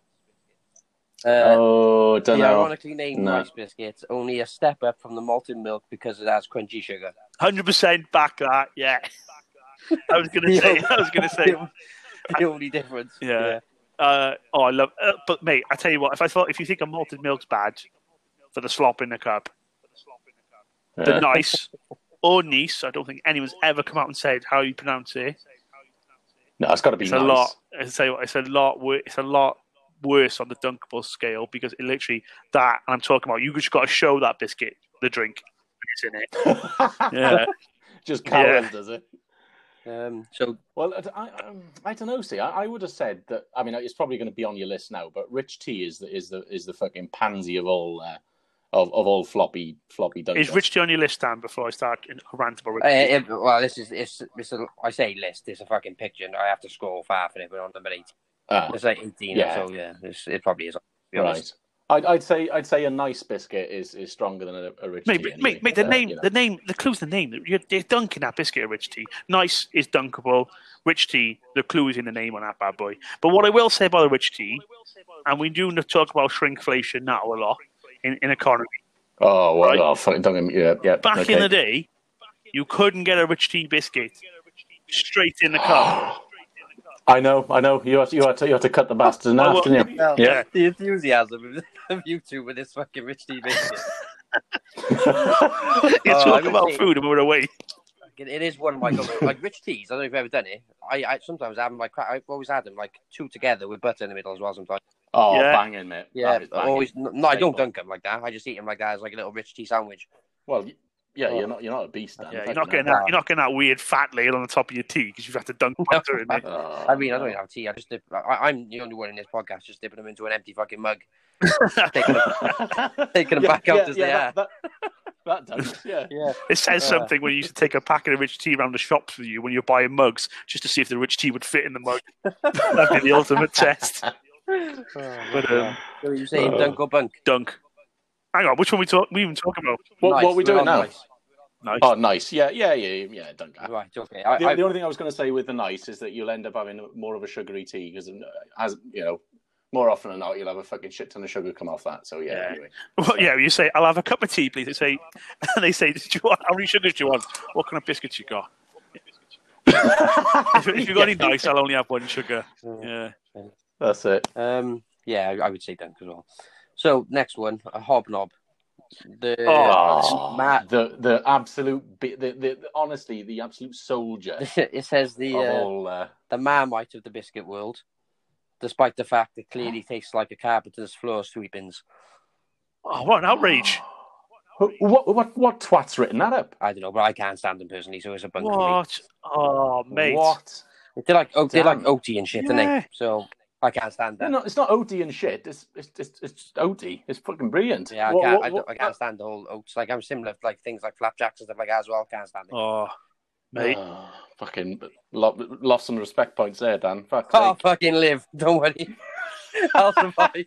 C: Uh,
D: oh,
C: the
D: don't know.
C: ironically named
D: No.
C: nice biscuits, only a step up from the malted milk because it has crunchy sugar.
B: Hundred percent back that, yeah. I was gonna say I was gonna say
C: the only difference.
B: Yeah. Uh, oh, I love. Uh, but mate, I tell you what. If I thought, if you think a malted milk's bad for the slop in the cup, the
D: Yeah.
B: nice or nice, I don't think anyone's ever come out and said how you pronounce it.
D: No, it's got to be
B: It's
D: nice.
B: a lot. I tell you what, it's a lot. Wor- it's a lot worse on the dunkable scale because it literally that. And I'm talking about you just got to show that biscuit the drink. It's in it. Yeah.
D: Just cowards,
B: Yeah.
D: does it?
C: Um, so
D: Well, I- I, um, I don't know. See, I, I would have said that. I mean, it's probably going to be on your list now. But Rich T is the is the is the fucking pansy of all uh, of of all floppy floppy.
B: Is
D: digests.
B: Rich the only list, Dan, before I start in- a rant about Rich?
C: Uh, if- well, this is it's, it's a, I say list. It's a fucking picture. And I have to scroll far for it. We're on number eighteen.
D: Ah,
C: It's like eighteen.
D: Yeah.
C: So yeah, it's, it probably is. to be honest.
D: right. I'd, I'd say I'd say a nice biscuit is, is stronger than a, a Rich
B: mate,
D: T.
B: mate,
D: anyway.
B: mate, mate, the
D: Uh,
B: name,
D: you know.
B: the name, the clue's the name. You're, you're dunking that biscuit of Rich Tea. Nice is dunkable. Rich Tea, the clue is in the name on that bad boy. But what I will say about the Rich Tea, and we do n- talk about shrinkflation now a lot in, in economy.
D: Oh, well,
B: Right.
D: oh, fucking don't get me- yeah, yeah.
B: Back in
D: okay.
B: the day, you couldn't get a Rich Tea biscuit straight in the cup.
D: I know, I know. You had to, you had to, you had to cut the bastards in
B: Oh,
D: half,
B: well-
D: didn't you?
C: Well,
B: Yeah.
C: The enthusiasm of, of you two with this fucking rich TV.
B: you
C: Oh,
B: talk
C: I
B: about
C: see.
B: food and we're away.
C: it is one of my favorite- like rich teas. I don't know if you've ever done it. I, I sometimes have them like cra- I've always had them like two together with butter in the middle as well. Sometimes.
D: Oh,
B: Yeah.
D: banging, mate.
C: Yeah.
D: That is
C: I
D: banging.
C: always. No, I
D: Staple.
C: don't dunk them like that. I just eat them like that as like a little rich tea sandwich.
D: Well, y- yeah,
C: Oh.
D: you're not, you're not a beast. Then.
B: Yeah, you're
D: Fucking
B: not getting
D: hell.
B: that. You're not getting that weird fat layer on the top of your tea because you've had to dunk butter in it.
D: Oh,
C: I mean, I
D: no.
C: don't have tea. I just dip. I, I'm the only one in this podcast just dipping them into an empty fucking mug. Taking them- taking them back out as they
D: that, That, that does, yeah.
C: yeah.
B: It says
C: Uh.
B: something when you used to take a packet of rich tea around the shops with you when you're buying mugs just to see if the rich tea would fit in the mug. That'd be the ultimate test.
C: Oh,
B: But um,
C: So you saying
D: Uh,
C: dunk or bunk?
B: dunk. Hang on, which one we talk? We even talking about?
D: What, what
C: Nice,
D: are we
C: we're
D: doing
C: on
D: now?
C: nice.
B: Nice.
D: Oh, nice. Yeah, yeah, yeah, yeah. Don't go.
C: Right, okay. I,
D: The,
C: I,
D: the only thing I was going to say with the nice is that you'll end up having more of a sugary tea because, as you know, more often than not, you'll have a fucking shit ton of sugar come off that. So yeah.
B: Yeah.
D: Anyway.
B: Well, yeah, you say I'll have a cup of tea, please. They say, and they say, do you want, how many sugars do you want? What kind of biscuits you got? if, if you've got any nice, I'll only have one sugar. Yeah,
D: That's it.
C: um, yeah, I, I would say dunk as well. So next one, a hobnob. The
D: Ah.
B: Oh,
C: ma-
D: the the absolute, bi- the, the, the honestly, the absolute soldier
C: it says the
D: of
C: uh,
D: all. Uh,
C: the marmite of the biscuit world, despite the fact it clearly tastes like a carpenter's floor sweepings.
B: oh, what an outrage!
D: Ah, Who- What what what twat's written that up?
C: I don't know, but I can't stand them personally, so it's a bunk for me.
B: What? Oh, mate.
D: What?
C: They like oh, they like
D: Damn.
C: oaty and shit,
B: Yeah.
C: don't they? So I can't stand
D: No,
C: that.
D: no, it's not OD and shit. It's it's it's, it's OD. It's fucking brilliant.
C: Yeah, I
D: What-
C: can't.
D: what-
C: I, don't, I
D: what- uh,
C: can't stand the whole oats. Like I'm similar, to, like things like flapjacks and stuff like that as well. Can't stand it.
B: Oh, mate.
D: Oh, fucking lo- lost some respect points there, Dan. Fuck.
C: I'll fucking live. Don't worry. I'll survive.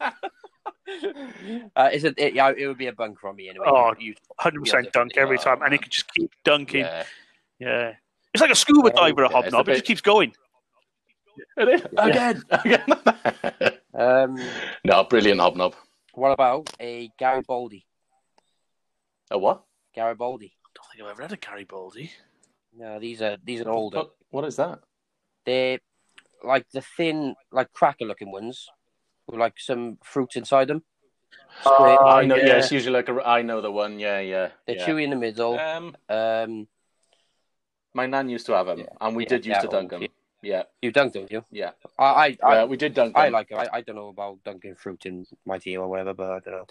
C: uh, is it, it, yeah, it would be a bunk from me anyway.
B: Oh.
C: You-
B: hundred percent dunk every time, and it could just keep dunking. Yeah,
D: Yeah.
B: it's like a scuba
D: Yeah,
B: diver, a
D: yeah, it's a
B: hobnob. It
D: bit-
B: just keeps going.
D: It is. Again. Again.
C: um,
D: no, brilliant hobnob.
C: what about a Garibaldi?
D: A what?
C: Garibaldi.
B: I don't think I've ever had a Garibaldi.
C: No, these are these are older.
D: What- what is that?
C: They're like the thin, like cracker-looking ones with like some fruit inside them. Square.
B: Oh,
D: I know. Yeah.
B: yeah.
D: it's usually like a. I know the one. Yeah, yeah.
C: They're
D: yeah.
C: chewy in the middle.
D: Um,
C: Um,
D: my nan used to have them,
C: Yeah.
D: and we
C: Yeah,
D: did used
C: yeah,
D: to dunk
C: oh,
D: them. Yeah,
C: you dunked them, you?
D: yeah.
C: I, I, I,
D: Uh, we did dunk.
C: I
D: them.
C: like it. I, I don't know about dunking fruit in my tea or whatever, but I don't know.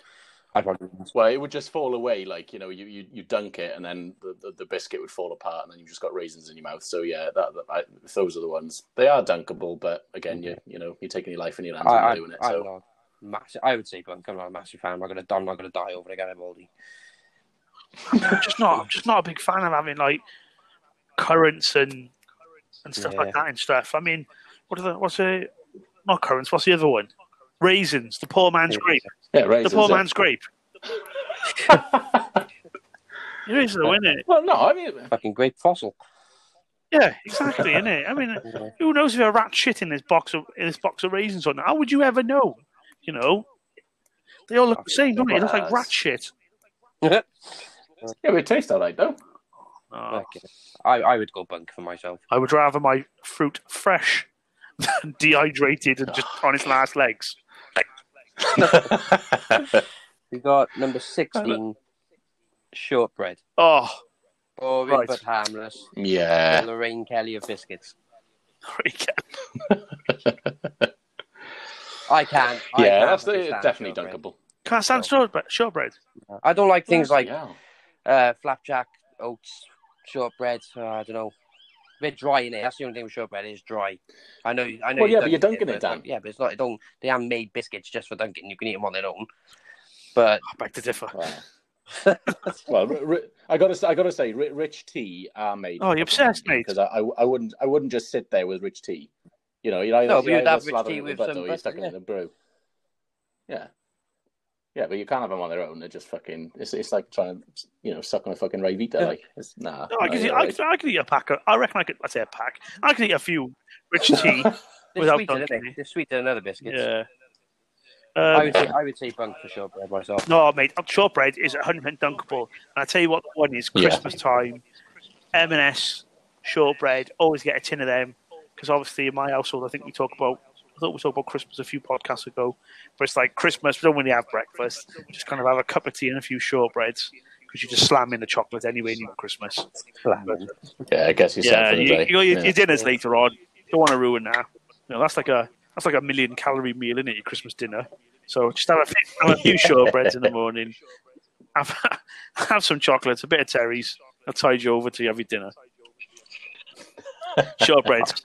C: I probably wouldn't.
D: Well, it would just fall away, like you know, you you, you dunk it, and then the, the, the biscuit would fall apart, and then you have just got raisins in your mouth. So yeah, that, that I, those are the ones. They are dunkable, but again, you you know, you're taking your life in your hands
C: I, I,
D: and you're doing it.
C: I'm
D: So
C: not massive. I would say Bunk. I'm not a massive fan. I'm not gonna. I'm not gonna die over again, Baldy.
B: I'm just not. I'm just not a big fan of having like currents and and stuff like that and stuff. I mean, what are the what's the not currants? What's the other one? Raisins. The poor man's grape.
D: yeah, raisins.
B: the poor
D: yeah.
B: man's grape. it is though, isn't it?
D: Well, no, I mean,
C: Fucking grape fossil.
B: Yeah, exactly, isn't it? I mean,
C: Yeah.
D: Oh.
B: who knows if a rat shit in this box of in this box of raisins or not? How would you ever know? You know, they all look the same, don't they? It looks like rat shit.
D: yeah, but it tastes all right though.
B: Oh,
C: Okay. I, I would go Bunk for myself.
B: I would rather my fruit fresh than dehydrated and just on its last legs.
C: We got number sixteen, shortbread.
B: Oh,
C: Boring
B: Right.
C: but harmless.
D: yeah,
C: Lorraine Kelly of biscuits. I can't. I
D: yeah,
C: can't
D: that's the,
C: understand
D: definitely
C: shortbread.
D: dunkable.
B: can I stand shortbread? Shortbread.
C: I don't like things like
D: yeah.
C: uh, flapjack, oats, shortbread. Uh, I don't know. bit dry in it. That's the only thing I'm sure about. It is dry. I know. I know.
D: Well, yeah, but you're dunking it,
C: but-
D: Dan.
C: Yeah, but it's not. It don't. They haven't made biscuits just for dunking. You can eat them on their own. But
B: I beg to differ.
D: Well, well ri ri- I gotta, s- I gotta say, ri- Rich Tea are made.
B: Oh, you're obsessed, mate.
D: Because I, I, I wouldn't, I wouldn't just sit there with Rich Tea. You know, you either,
C: No, but
D: you
C: you'd
D: either
C: have Rich
D: slather
C: Tea
D: it in
C: with
D: the butter
C: some
D: or you
C: butter,
D: stuck it
C: yeah.
D: in the brew. Yeah, yeah, but you can't have them on their own. They're just fucking. It's, it's like trying to, you know, suck on a fucking Ray Vita. Like, it's, nah.
B: No, I could,
D: nah,
B: eat,
D: you're
B: I,
D: right.
B: could, I could eat a pack. Of, I reckon I could. I say a pack. I could eat a few rich tea
C: they're
B: without
C: sweeter, aren't
B: dunking.
C: they? They're sweeter than other biscuits.
B: Yeah.
C: I
B: Um,
C: would say I would say bunk for shortbread myself.
B: no, mate. Shortbread is 100% dunkable. And I tell you what, the one is
D: Yeah.
B: Christmas time. M&S shortbread. Always get a tin of them because obviously in my household, I think we talk about. I thought we talked about Christmas a few podcasts ago, but it's like Christmas. We don't really have breakfast. We just kind of have a cup of tea and a few shortbreads because you just slam in the chocolate anyway in Christmas.
C: Flamin'.
D: Yeah, I guess you're set
B: Yeah,
D: for the
B: you,
D: day.
B: you know, your,
D: Yeah.
B: your dinner's later on. Don't want to ruin that. You know, that's like a that's like a million calorie meal in it. Your Christmas dinner. So just have a few, have a few shortbreads in the morning. Have have some chocolates, a bit of Terry's. I'll tide you over till you have your dinner. shortbreads,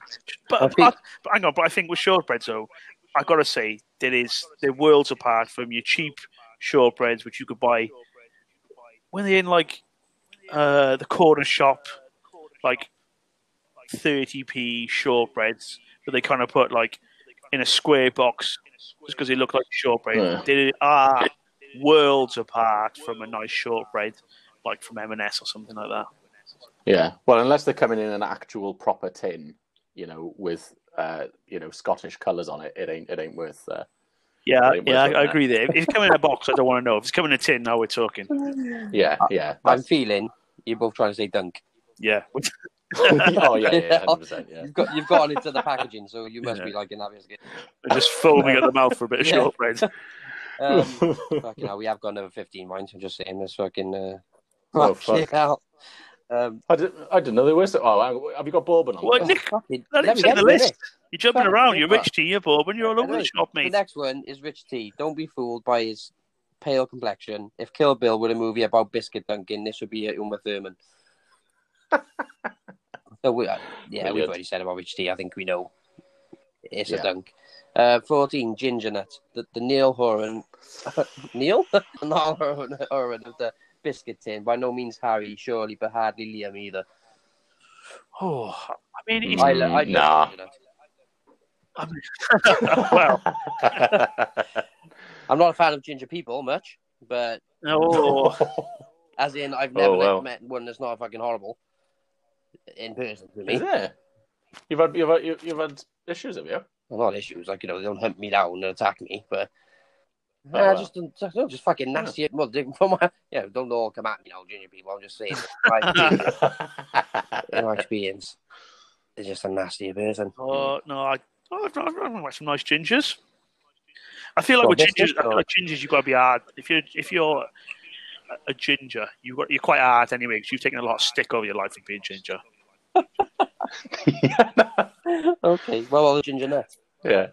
B: but, but, but hang on. But I think with shortbreads though, I gotta say there is they're worlds apart from your cheap shortbreads which you could buy when they're in like uh, the corner shop, like 30p shortbreads, but they kind of put like in a square box just because they look like shortbread.
D: Yeah.
B: They are worlds apart from a nice shortbread, like from M&S or something like that.
D: Yeah. Well, unless they're coming in an actual proper tin, you know, with uh, you know Scottish colours on it, it ain't it ain't worth. Uh,
B: Yeah,
D: Pretty much
B: yeah, I,
D: like
B: I
D: that.
B: agree there. If it's coming in a box, I don't want to know. If it's coming in a tin, now we're talking.
D: yeah, yeah.
C: I'm
D: that's-
C: feeling you're both trying to say dunk.
B: Yeah.
D: oh yeah, yeah, hundred percent. Yeah.
C: You've got you've gone into the packaging, so you must
B: Yeah.
C: be liking that biscuit.
B: We're just foaming at the mouth for a bit of
C: Yeah.
B: shortbread.
C: Um, fucking hell, we have gone over fifteen minds. I'm just saying this fucking. Uh,
D: Oh,
C: fucking
D: fuck.
C: hell. Um,
D: I didn't, I didn't know there were. So, oh, hang- have you got bourbon on?
B: What,
D: there?
B: Nick?
C: fucking-
B: Let him
C: me
B: say
C: get
B: the
C: to it.
B: list. You're jumping
C: Fuck,
B: around.
C: think
B: You're
C: about
B: rich tea, you're bourbon, you're all
C: I
B: over
C: know.
B: the shop,
C: The
B: mate.
C: next one is Rich T. Don't be fooled by his pale complexion. If Kill Bill were a movie about biscuit dunking, this would be uh, Uma Thurman. so we, uh, yeah, we've
D: Brilliant.
C: already said about Rich T. I think we know it's
D: Yeah.
C: a dunk. Uh, 14, Ginger Nut. The, the Neil Horan. Neil? Not Horan, Horan of the biscuit tin. By no means Harry, surely, but hardly Liam either.
B: Oh, I mean, it's,
D: Mm.
C: I, lo- I love
D: Nah.
C: Ginger
B: I mean,
C: Nut.
B: well,
C: I'm not a fan of ginger people much, but
B: no,
C: As in, I've never
D: Oh, wow.
C: met one that's not fucking horrible in person to
D: Is
C: me.
D: there? You've had you've had, you- you've had issues, have you?
C: Well, not issues, like you know, they don't hunt me down and attack me, but
D: Oh,
C: Nah,
D: wow.
C: just just, no, just fucking nasty. Well, they- from my- yeah, don't all come at me now, junior people. I'm just saying,
B: Ah.
C: like, in my experience, they're just a nasty person.
B: oh, no, I, oh, I've, I've, I've had some nice gingers. I feel like
C: Well,
B: with
C: this
B: gingers,
C: is-
B: I feel like gingers, you've got to be hard. If you're if you're a- a ginger, you got you're quite hard anyway because you've taken a lot of stick over your life for being ginger.
C: okay, well, all the ginger nuts.
D: yeah.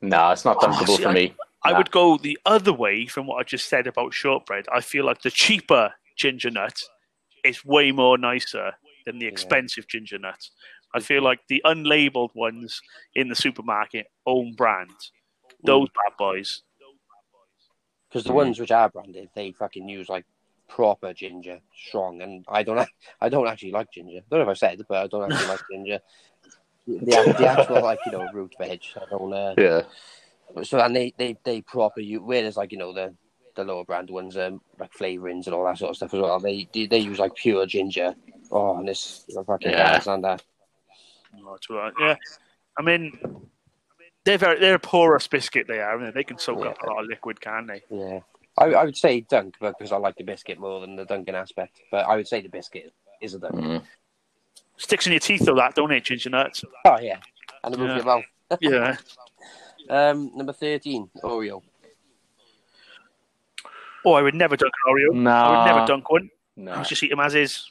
D: Nah, it's not
B: Oh,
D: dunkable
B: see,
D: for
B: I-
D: me.
B: I
D: Nah.
B: would go the other way from what I just said about shortbread. I feel like the cheaper ginger nut is way more nicer than the
C: Yeah.
B: expensive ginger nut. I feel like the unlabeled ones in the supermarket, own brand, those bad boys.
C: Because the
D: Mm.
C: ones which are branded, they fucking use like proper ginger, strong, and I don't, ac- I don't actually like ginger. don't know if I said it, but I don't actually like ginger. The, the actual like you know root veg. I don't. Uh,
D: Yeah.
C: So and they they they proper you whereas like you know the the lower brand ones um like flavorings and all that sort of stuff as well. They they, they use like pure ginger. Oh, and this I fucking
D: Yeah.
C: can't understand that.
B: Oh, it's all right. Yeah, I mean, they're very, they're a porous biscuit. They are, and they can soak up a lot of liquid, can they?
C: Yeah, I I would say dunk, but because I like the biscuit more than the dunking aspect. But I would say the biscuit is a dunk.
D: Mm.
B: Sticks in your teeth though, that don't it, ginger nuts?
C: Oh yeah, and the roof of
B: Yeah.
C: your mouth.
B: Yeah.
C: Um, number thirteen, Oreo.
B: Oh, I would never dunk an Oreo. I would
D: Nah.
B: never dunk one. I
D: Nah.
B: would just eat them as is.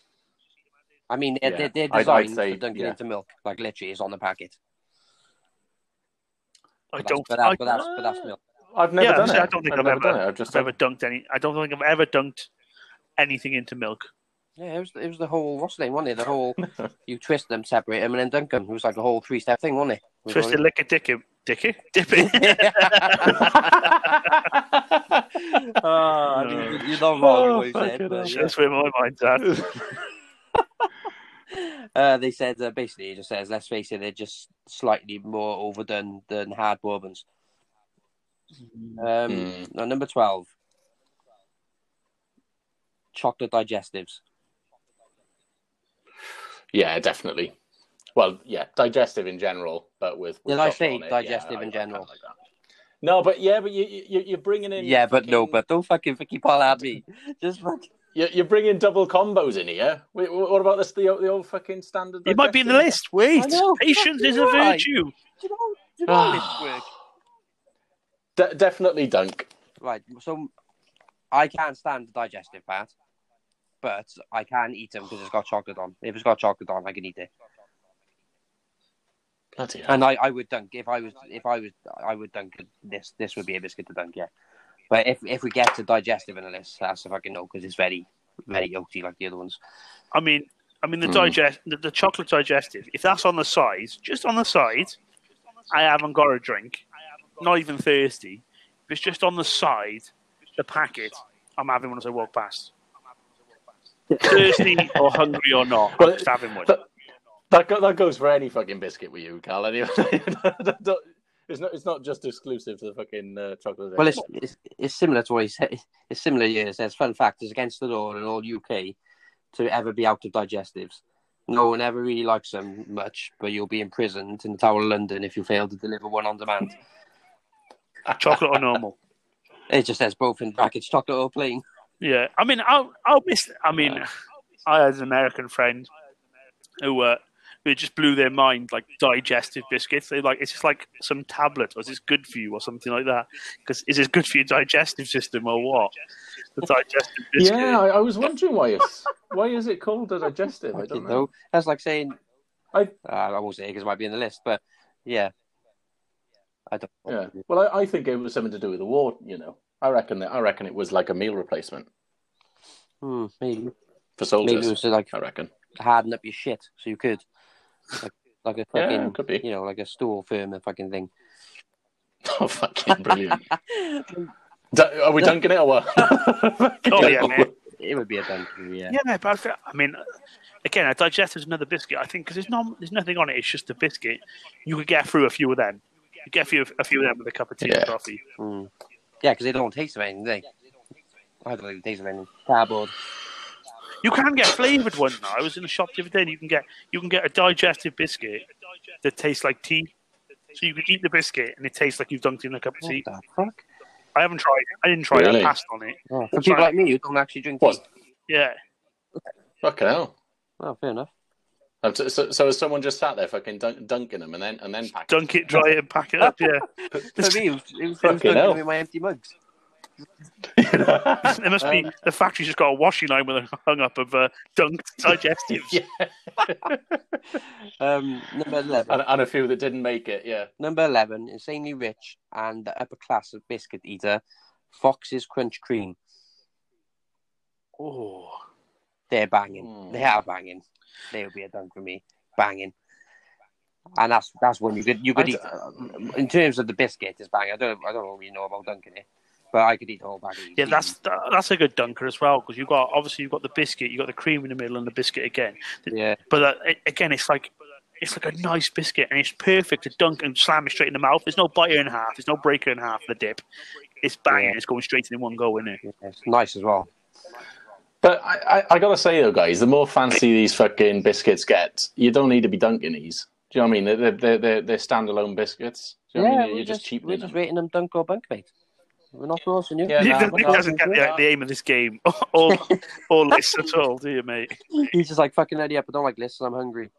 C: I mean, they're,
D: Yeah.
C: they're, they're
D: I'd- I'd
C: designed
D: say-
C: for dunking
D: yeah.
C: into milk. Like literally, it's on the packet.
B: I
C: But that's-
B: don't.
C: But,
B: I-
C: that, but that's but that's milk.
D: I've never
B: Yeah,
D: done
B: I'm
D: it.
B: saying I don't think I've
D: never
B: ever-
D: done it. I've just
B: I've ever dunked any. I don't think I've ever dunked anything into milk.
C: Yeah, it was, it was the whole, what's the name, wasn't it? The whole, you twist them, separate them, and then dunk 'em. It was like a whole three step thing, wasn't it? it? was
B: Twist it
C: all-
B: like a dick, dicky, dip it.
C: oh, I mean, you- you're not wrong in what you
D: Oh,
C: said.
D: fucking
C: But,
D: hell.
C: yeah.
B: That's where my mind's at.
C: uh, they said uh, basically, it just says, let's face it, they're just slightly more overdone than hard bourbons. Um,
D: Mm.
C: now, number 12 chocolate digestives.
D: Yeah, definitely. Well, yeah, digestive in general, but with, with
C: Did I
D: chocolate
C: say
D: on it,
C: digestive
D: yeah, I-
C: in
D: I
C: general?
D: kinda like that. no, but yeah, but you, you you're bringing in
C: Yeah, but no,
D: fucking-
C: but don't fucking keep all at me. Just fucking.
D: you're, you're bringing double combos in here. Wait, wh- what about this the, old- the old fucking standard?
B: It might be in the
D: digestive?
B: list. Wait,
C: I know,
B: patience is a
C: fucking right.
B: virtue.
C: Do you know, do you know how this works?
D: De- definitely dunk.
C: Right, so I can't stand the digestive part, but I can eat them because it's got chocolate on. If it's got chocolate on, I can eat it.
D: Bloody hell.
C: And I, I would dunk if I was if I was I would dunk this this would be a biscuit to dunk, yeah. But if if we get to digestive in the list, that's a fucking no because it's very very oaty like the other ones.
B: I mean, I mean the
D: Hmm.
B: digest, the, the chocolate digestive. If that's on the side, just on the side, I haven't got a drink, not even thirsty. If it's just on the side, the packet, I'm having one as I walk past. thirsty or hungry or not, I'm
D: Well,
B: just having one.
D: but- That go- that goes for any fucking biscuit with you, Carl. Anyway, Don't- don't- it's not it's not just exclusive to the fucking uh, chocolate.
C: Well, it's it's, it's similar to what he said. It's similar. Yeah, it says fun fact: it's against the law in all UK to ever be out of digestives. No one ever really likes them much, but you'll be imprisoned in the Tower of London if you fail to deliver one on demand.
B: chocolate or normal.
C: It just says both in brackets, chocolate or plain.
B: Yeah, I mean, I'll I'll miss. I mean, I had an American friend who uh, who just blew their mind like digestive biscuits. They like it's just like some tablet, or is this good for you, or something like that? Because is this good for your digestive system or what? The digestive biscuit.
D: yeah, I, I was wondering why it's why is it called a digestive? I
C: Fucking
D: don't
C: no.
D: know.
C: That's like saying
D: I-
C: Uh, I won't say it because it might be in the list, but yeah, I don't.
D: Yeah. Well, I, I think it was something to do with the war. You know, I reckon that I reckon it was like a meal replacement
C: Hmm, maybe
D: for
C: maybe
D: soldiers.
C: it was to, like
D: I reckon.
C: harden up your shit so you could like, like a fucking
D: yeah, it could be.
C: you know like a stool firmer fucking thing.
D: Oh, fucking brilliant! D- Are we dunking it or what?
B: Oh, yeah, man.
C: It would be a dunk, yeah.
B: Yeah, no, but I, feel- I mean, again, a digestive is another biscuit. I think because there's not there's nothing on it. It's just a biscuit. You could get through a few of them. You get through a few of them with a cup of tea
D: Yeah.
B: or coffee.
C: Mm. Yeah, because they don't taste of anything. do They. I don't think they taste of anything. Cardboard.
B: You can get flavored ones now. I was in the shop the other day, and you can get you can get a digestive biscuit that tastes like tea. So you can eat the biscuit, and it tastes like you've dunked it in a cup of
C: What
B: tea.
C: the fuck?
B: I haven't tried it. I didn't try it. I
D: Really?
B: passed on it.
C: Oh, for people like me who don't actually drink tea.
D: What?
B: Yeah,
D: Fucking hell!
C: Oh, fair enough.
D: Um, So, so, so has someone just sat there fucking dunk, dunking them and then and then pack.
B: dunk it, dry it, and pack it up. Yeah,
C: For me, it was, it was, it was
D: Fucking hell.
C: dunking in my empty mugs.
B: there must be the factory's just got a washing line with a hung up of uh, dunked digestives.
D: yeah,
C: Um, number 11.
D: and, and a few that didn't make it. Yeah,
C: Number 11, insanely rich and the upper class of biscuit eater, Fox's Crunch Cream.
B: Oh,
C: They're banging.
D: Hmm.
C: They are banging. They would be a dunk for me. Banging. And that's that's one you could you could
D: I
C: eat. In terms of the biscuit, it's bang. I don't I don't really know about dunking it, but I could eat the whole bag. of these.
B: yeah, that's that, that's a good dunker as well because you've got obviously you've got the biscuit, you've got the cream in the middle, and the biscuit again.
C: yeah.
B: But uh, a- again, it's like it's like a nice biscuit, and it's perfect to dunk and slam it straight in the mouth. There's no biter in half. There's no breaker in half. The dip, it's banging.
C: Yeah.
B: It's going straight in one go, isn't it?
C: yeah, it's nice as well.
D: but I, I, I gotta say though, guys, the more fancy these fucking biscuits get, you don't need to be dunking these. Do you know what I mean? They're they're they're, they're, they're standalone biscuits. Do you know what I mean?
C: we're
D: You're just, cheapening
C: we're
D: them.
C: just rating them dunk or bunk, mate. We're not forcing you.
D: Yeah,
B: It
D: nah,
B: doesn't-
D: but
B: it
D: no,
B: doesn't get the, the aim of this game or or list at all, do you, mate?
C: He's just like fucking ready up. I don't like this. I'm hungry.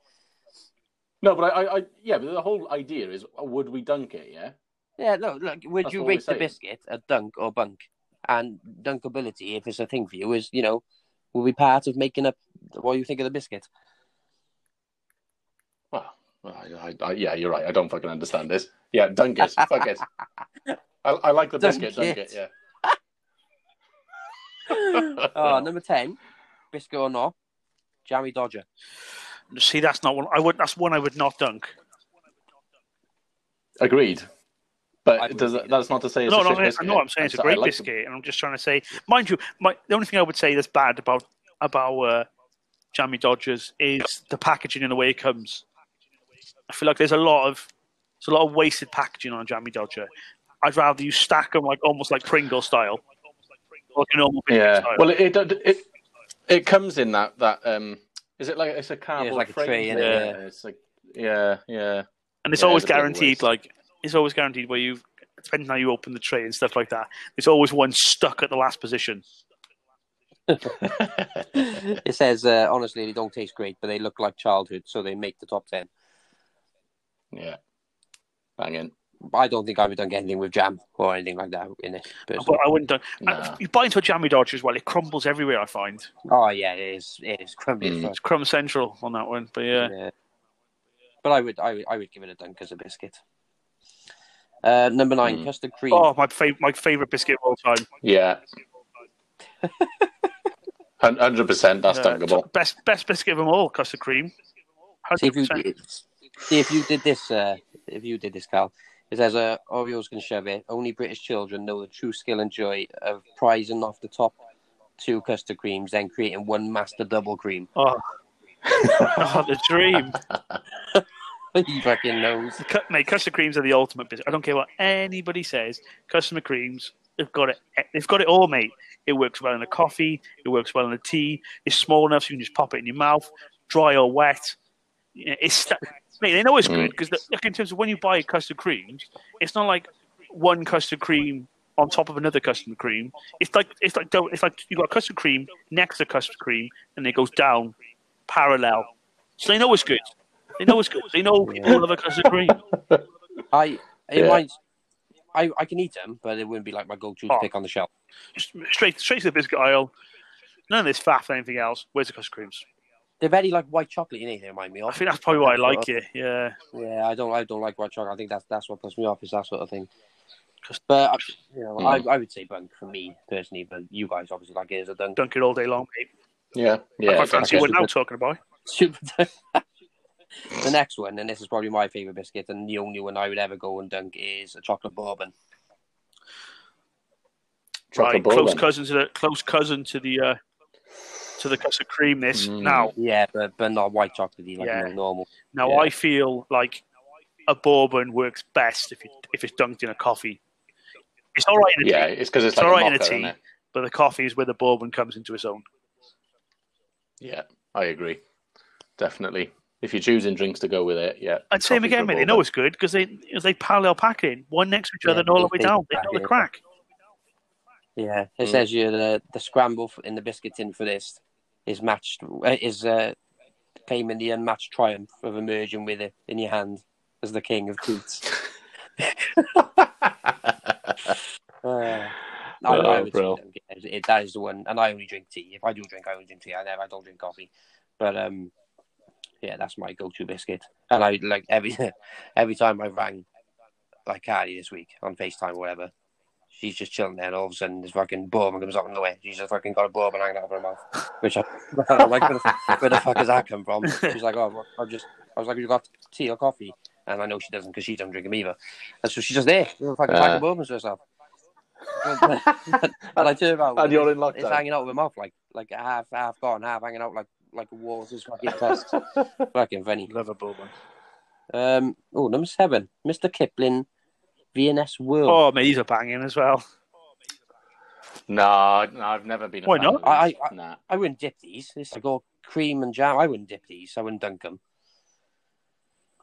D: No, but I, I, I yeah, but the whole idea is, uh, would we dunk it? Yeah.
C: Yeah, look, look. Would
D: That's
C: you
D: what we're
C: rate the
D: saying.
C: biscuit a dunk or bunk? And dunkability, if it's a thing for you, is you know, will be part of making up what you think of the biscuit.
D: Well, well I, I, I, yeah, you're right. I don't fucking understand this. Yeah, dunk it. Fuck it. I, I like the
C: Dunk
D: biscuit. Dunk
C: it.
D: it. Yeah.
C: oh, number ten, Uh, biscuit or not, Jammy Dodger.
B: See, that's not one. I would. That's one I would not dunk.
D: Agreed.
C: I
D: But it
C: would
D: does,
C: agree.
D: that's not to say it's
B: no,
D: a
B: no,
D: shit
B: no,
D: biscuit.
B: no. I'm saying it's a
D: so- I
B: great
D: like them.
B: biscuit, and I'm just trying to say, mind you, my, the only thing I would say that's bad about about uh, Jammy Dodgers is the packaging and the way it comes. I feel like there's a lot of there's a lot of wasted packaging on a Jammy Dodger. I'd rather you stack them like almost like Pringle style, like a normal biscuit
D: Yeah.
B: style.
D: Well, it it, it it comes in that that um. Is it like it's a cardboard
C: like a
D: frame?
C: tray,
D: yeah.
C: innit? Yeah.
D: It's like yeah, yeah.
B: and it's
D: yeah,
B: always
D: it's a bit of a
B: guaranteed.
D: waste.
B: Like it's always guaranteed where you depending how you open the tray and stuff like that. There's always one stuck at the last position.
C: It says, uh, honestly, they don't taste great, but they look like childhood, so they make the top 10.
D: yeah. Banging.
C: I don't think I would dunk anything with jam or anything like that in it.
B: But
C: personally.
B: I wouldn't. Dunk.
D: Nah.
B: You bite into a Jammy Dodger as well; it crumbles everywhere. I find.
C: Oh, yeah, it is. It is crumbly. as
D: Mm.
C: fuck.
B: It's Crumb Central on that one, but yeah.
C: Yeah. But I would, I would, I would give it a dunk as a biscuit. Uh, number nine,
D: Mm.
C: custard cream.
B: Oh, my favorite, my favorite biscuit of all time.
D: Yeah. Hundred percent. That's
B: Uh,
D: dunkable.
B: best, best biscuit of them all, custard cream.
C: See if you
B: 100%.
C: see if you did this, uh, if you did this, Carl. It says uh, Oreos can shove it. Only British children know the true skill and joy of prizing off the top two custard creams, then creating one master double cream.
B: Oh. Oh, the dream.
C: he fucking knows.
B: Cu- Mate, custard creams are the ultimate biscuit. I don't care what anybody says. Custard creams, they've got it. They've got it all, mate. It works well in a coffee. It works well in a tea. It's small enough so you can just pop it in your mouth, dry or wet. Yeah, It's sta- mate. They know it's good because look in terms of when you buy custard creams, it's not like one custard cream on top of another custard cream. It's like it's like don't- it's like you got custard cream next to custard cream, and it goes down parallel. So they know it's good. They know it's good. They know people love a custard cream.
C: I it
D: Yeah.
C: might, I I can eat them, but it wouldn't be like my go-to
B: Oh.
C: pick on the shelf.
B: straight straight to the biscuit aisle. None of this faff and anything else. Where's the custard creams?
C: They're very like white chocolate in it. They remind me
B: I
C: of.
B: think that's probably why I like it. Yeah,
C: Yeah, I don't, I don't like white chocolate. I think that's that's what puts me off is that sort of thing.
B: 'Cause-
C: But I- you know,
D: Mm.
C: I, I would say bunk for me personally, but you guys obviously like it as a dunk.
B: dunk it all day long, mate.
D: Yeah. Yeah.
B: I fancy
D: okay.
B: what we're now talking about.
C: Super dunk. the next one, and this is probably my favorite biscuit, and the only one I would ever go and dunk is a chocolate bourbon.
D: Chocolate
B: right,
D: ball
B: close
D: then.
B: cousin to the close cousin to the uh, to the custard cream. This
D: Mm.
B: now
C: Yeah, but but not white chocolatey like
B: Yeah.
C: you know, normal.
B: now
D: Yeah.
B: I feel like a bourbon works best if it, if it's dunked in a coffee. It's all right in a
D: Yeah,
B: tea,
D: it's because it's,
B: It's
D: like
B: alright in a
D: a mocha,
B: tea.
D: isn't it?
B: but the coffee is where the bourbon comes into its own.
D: Yeah, I agree. Definitely. If you're choosing drinks to go with it, yeah.
B: And same
D: coffee's
B: again, mate. They
D: revolving.
B: know it's good because they they parallel packing one next to each
C: Yeah,
B: other and all the way
C: they
B: down. They
C: pack
B: know the
C: it.
B: crack.
C: Yeah, it
D: Mm.
C: says you the the scramble f- in the biscuit tin for this is matched uh, is uh, came in the unmatched triumph of emerging with it in your hand as the king of treats. Uh, I,
D: Oh,
C: I would say
D: bro.
C: that, yeah, it, that is the one, and I only drink tea. If I do drink, I only drink tea. I never, I don't drink coffee. But um, yeah, that's my go-to biscuit. And I like every every time I rang like Cardi this week on Facetime or whatever, she's just chilling there, and all of a sudden this fucking bourbon comes out in the way. She's just fucking got a bourbon hanging out of her mouth, which I, I'm like, where the, where the fuck has that come from? She's like, oh, well, I just, I was like, you got tea or coffee? And I know she doesn't because she doesn't drink them either. And so she's just there, with a fucking pack
D: Uh.
C: of bourbons to herself. and I turn around.
D: And you're in
C: It's
D: lockdown.
C: hanging out with my mouth like like half half gone, half hanging out like like a walrus's fucking test. fucking funny.
B: Love a bourbon.
C: Um. Oh, number seven, Mr. Kipling, VNS World.
B: Oh, mate, these are banging as well.
D: No, no, I've never been. A
B: Why
D: fan
B: not?
D: of
C: I-
D: these.
C: I-
D: nah.
C: I wouldn't dip these. It's like all cream and jam. I wouldn't dip these. I wouldn't dunk them.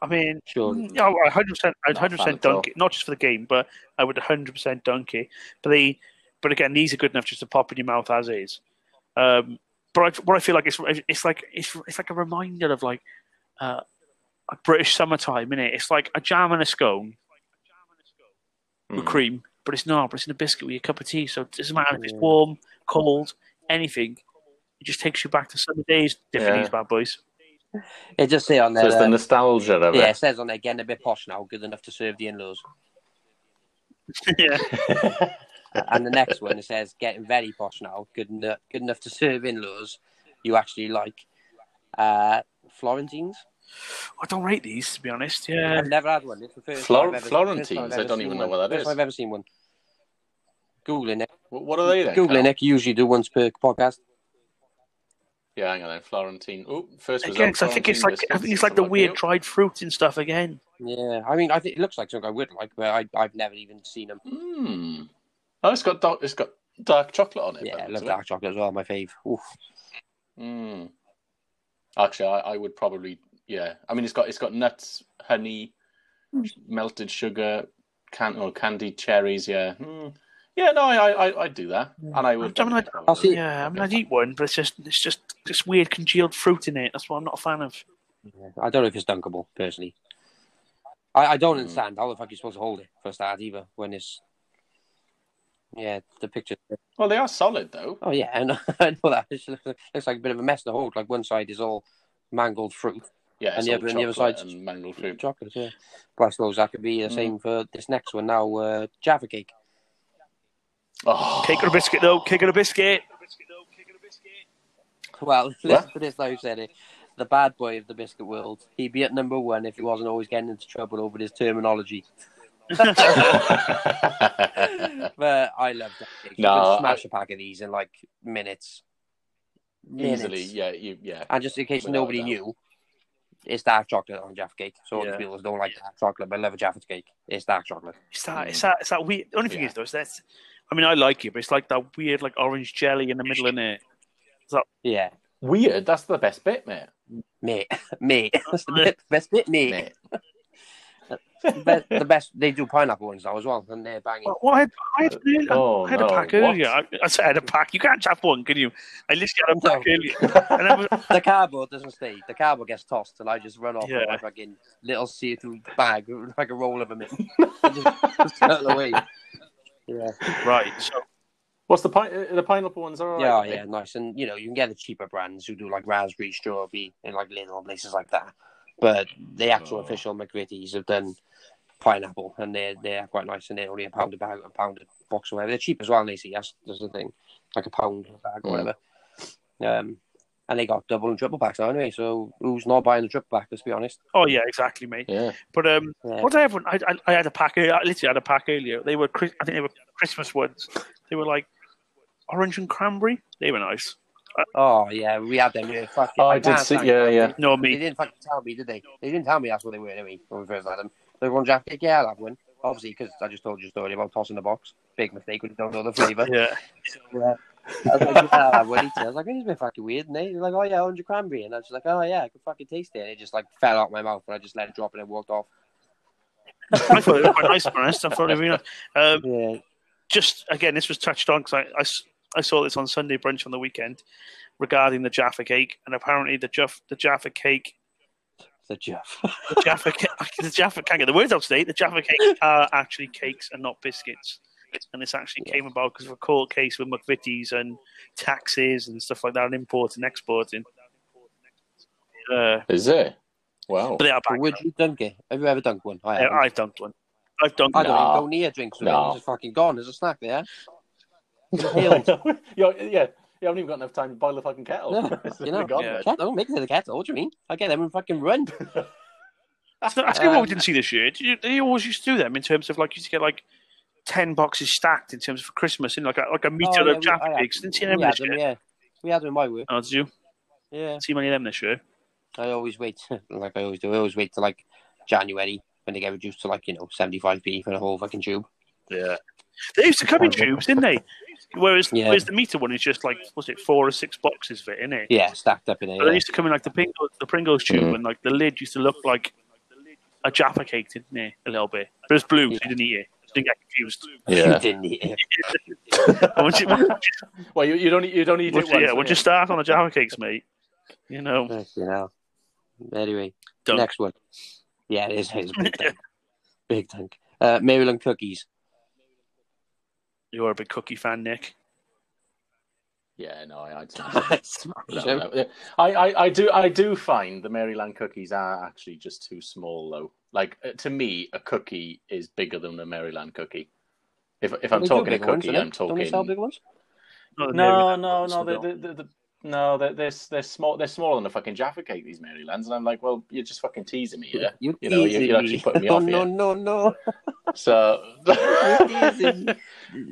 B: I mean,
C: Sure.
B: yeah, I- I 100%,
D: Not a fan
B: I'd 100%
D: at all.
B: dunk it, not just for the game, but I would 100% dunk it. But they, but again, these are good enough just to pop in your mouth as is. Um, but I, what I feel like it's it's like it's it's like a reminder of like uh, a British summertime, innit? It's like a jam and a scone
D: Mm.
B: with cream, but it's not. But it's in a biscuit with your cup of tea, so it doesn't matter if it's
D: Hmm.
C: Yeah.
B: warm, cold, anything. It just takes you back to summer days. Different
D: Yeah.
B: these bad boys.
C: It just say on
D: So
C: there.
D: it's the
C: uh,
D: nostalgia of
C: yeah,
D: it.
C: it says on there getting a bit posh now. Good enough to serve the in-laws.
B: yeah.
C: And the next one it says getting very posh now. Good enough. Good enough to serve in-laws. You actually like. Uh, Florentines.
B: I don't rate these, to be honest. Yeah.
C: I've never had one. It's the first
D: Flor-
C: time I've ever-
D: Florentines?
C: first time I've
D: I
C: ever
D: don't
C: seen
D: even know
C: one.
D: what that
C: First time
D: is.
C: I've ever seen one. Googling it.
D: Wh- What are they then?
C: Googling
D: Cal?
C: it. Usually do once per podcast.
D: Yeah, hang on then. Florentine. Oh, first was
B: Again,
D: on
B: 'cause I think it's like
D: Florentine
B: I think
D: biscuits,
B: it's like the
D: something
B: weird
D: that.
B: dried fruit and stuff again.
C: Yeah, I mean, I think it looks like something I would like, but I, I've never even seen them.
D: Hmm. Oh, it's got dark. It's got dark chocolate on it.
C: Yeah,
D: then,
C: I love
D: isn't it?
C: dark chocolate as well. My fave. Oof.
D: Mm. Actually, I, I would probably yeah. I mean, it's got it's got nuts, honey, melted sugar, can or candied cherries. Yeah, mm. yeah. No, I I I I'd do that, and I would.
B: I mean, I'd-
D: probably-
C: I'll see-
B: Yeah, I mean, I'd eat one, but it's just it's just this weird congealed fruit in it. That's what I'm not a fan of.
C: Yeah, I don't know if it's dunkable personally. I, I don't
D: Hmm.
C: understand how the fuck you're supposed to hold it for a start either when it's. Yeah, the picture.
D: Well, they are solid though.
C: Oh yeah, I know, I know that. It looks, looks like a bit of a mess to hold. Like one side is all mangled fruit,
D: Yeah,
C: And
D: it's
C: the
D: all
C: other- and the other
D: chocolate
C: side's-
D: and mangled fruit.
C: chocolate. Yeah, but I suppose that could be the same for this next one now. Uh, Java cake.
D: Oh,
B: Cake or a biscuit, though. Cake or a biscuit.
C: Well,
D: What?
C: listen to this. Now you said it. The bad boy of the biscuit world. He'd be at number one if he wasn't always getting into trouble over his terminology. But I love that. Cake.
D: No,
C: you
D: I-
C: can smash a pack of these in like minutes.
D: Easily,
C: Minutes.
D: yeah, you, yeah.
C: And just in case
D: Without a
C: nobody
D: doubt.
C: knew, it's dark chocolate on Jaffa cake. So all the
D: Yeah.
C: people that don't like dark chocolate, but love a Jaffa cake. It's dark chocolate.
B: It's that. It's that. It's that weird. The only thing
D: Yeah.
B: is though is that's. I mean, I like it, but it's like that weird, like orange jelly in the middle in it.
C: Yeah,
D: Weird. That's the best bit, mate.
C: mate, mate. That's the bit- best bit, mate.
D: Mate.
C: Be- the best. They do pineapple ones now as well, and they're banging.
B: Well, well, I, I had, I,
D: Oh,
B: I had
D: no.
B: a pack
D: what?
B: earlier. I, I said I had a pack. You can't have one, can you? I literally had a pack earlier, and I was,
C: The cardboard doesn't stay. The cardboard gets tossed, and I just run off with
B: Yeah.
C: my fucking little see-through bag, like a roll of them, in. and just, just throw it away. Yeah,
B: right. So
D: What's the pine? The pineapple ones are. all
C: yeah,
D: right, mate.
C: yeah, nice. And you know, you can get the cheaper brands who do like raspberry, strawberry, and like little places like that. But the actual
D: Oh.
C: official McVitie's have done pineapple, and they're they're quite nice, and they're only a pound a bag, a pound a box or whatever. They're cheap as well, and they see that's, that's the thing, like a pound a bag
D: Mm.
C: or whatever. Um, and they got double and triple packs now anyway. So who's not buying the triple pack? Let's be honest. Uh,
B: Oh yeah, exactly, mate.
D: Yeah.
B: But um,
C: Yeah.
B: what did I have? one- I, I I had a pack. earlier- I literally had a pack earlier. They were Chris- I think they were Christmas ones. They were like orange and cranberry. They were nice.
C: Oh yeah, we had them. Yeah, fuck,
D: Oh, I did
C: can't
D: see.
C: thank
D: Yeah, yeah.
B: No,
C: They
B: me.
C: didn't fucking tell me, did they? They didn't tell me that's what they were anyway when we first had them. They were on Jack Cake, yeah, I'll have one. Obviously, because I just told you a story about tossing the box. Big mistake when you don't know the flavour.
B: Yeah.
C: Yeah. I was like, yeah, I'll have one. eat it. I was like, it's been fucking weird, and they were like, oh yeah, orange and cranberry. And I was just like, oh yeah, I can fucking taste it. And it just like fell out my mouth, and I just let it drop and it walked off.
B: I thought they were quite nice, to be honest. I thought they were really nice. Um,
C: Yeah.
B: just again, this was touched on because I, I s- I saw this on Sunday brunch on the weekend regarding the Jaffa cake, and apparently the Jaff, the Jaffa cake,
C: The Jeff.
B: the Jaffa, ca- the Jaffa can't get the words out today. The Jaffa cakes are actually cakes and not biscuits. And this actually came about because of a court case with McVitie's and taxes and stuff like that, and importing and exporting. Uh,
D: Is it? Wow.
B: but they are back.
C: Would you dunk it? Have you ever dunked one? I,
B: I,
C: haven't.
B: I've dunked one. I've dunked
C: I don't
D: Nah.
C: even go near drinks. with it.
D: Nah.
C: It's just fucking gone. There's a snack there.
D: I know. You're- yeah, you haven't even got enough time to boil the fucking kettle.
C: No,
D: It's
C: you know,
D: gone,
B: yeah.
D: mate.
C: Kettle, make it to the kettle. What do you mean? I get them and fucking run.
B: That's, not, that's good. What we
C: Um,
B: didn't see this year. Did you, they always used to do them in terms of like you used to get like ten boxes stacked in terms of Christmas in like a, like a meter
C: Oh, yeah,
B: of
C: we-
B: Jaffa
C: I had-
B: cakes. Didn't see them
C: we had
B: this
C: them,
B: year.
C: yeah. We had them in my work.
B: Oh, did you
C: Yeah.
B: see many of them this year?
C: I always wait, like I always do, I always wait till like January when they get reduced to like, you know, 75p for the whole fucking tube.
B: Yeah, they used to come in tubes, didn't they? Whereas
C: Yeah.
B: whereas the meter one is just like was it four or six boxes of it in it.
C: Yeah, stacked up in there.
B: But they
C: Yeah.
B: used to come in like the Pringles, the Pringles tube,
D: Mm.
B: and like the lid used to look like a Jaffa cake, didn't it? A little bit, but it's blue. So
C: Yeah.
B: you didn't eat it. You didn't get confused.
C: You didn't eat it.
B: Once you- once you
D: Well, you, you don't eat- you don't eat
B: Well,
D: it once.
B: yeah,
D: do
B: we'll
D: you?
B: just start on the Java cakes, mate. You know,
C: Fucking hell. Anyway,
B: Dunk.
C: next one. Yeah, it is. It's a big tank. big tank. Uh, Maryland cookies.
B: you're a big cookie fan, Nick.
D: Yeah, no, I, I'd say-
C: Smash them.
D: no, no. I, I, I do I do find the Maryland cookies are actually just too small though. Like uh, to me, a cookie is bigger than a Maryland cookie. If if I'm
C: They do
D: talking a
C: bigger ones,
D: cookie,
C: don't they?
D: I'm talking.
C: Don't they sell big ones?
B: Not that
D: No, no,
B: so
D: no.
B: they
D: The, the, the, No, they're, they're they're small. They're smaller than a fucking Jaffa cake. These Marylands, and I'm like, well, you're just fucking teasing me. Yeah,
C: You,
D: you know,
C: teasing
D: you, are actually
C: me.
D: putting me
C: oh,
D: off
C: no,
D: here.
C: no, no,
D: So,
C: You're teasing me.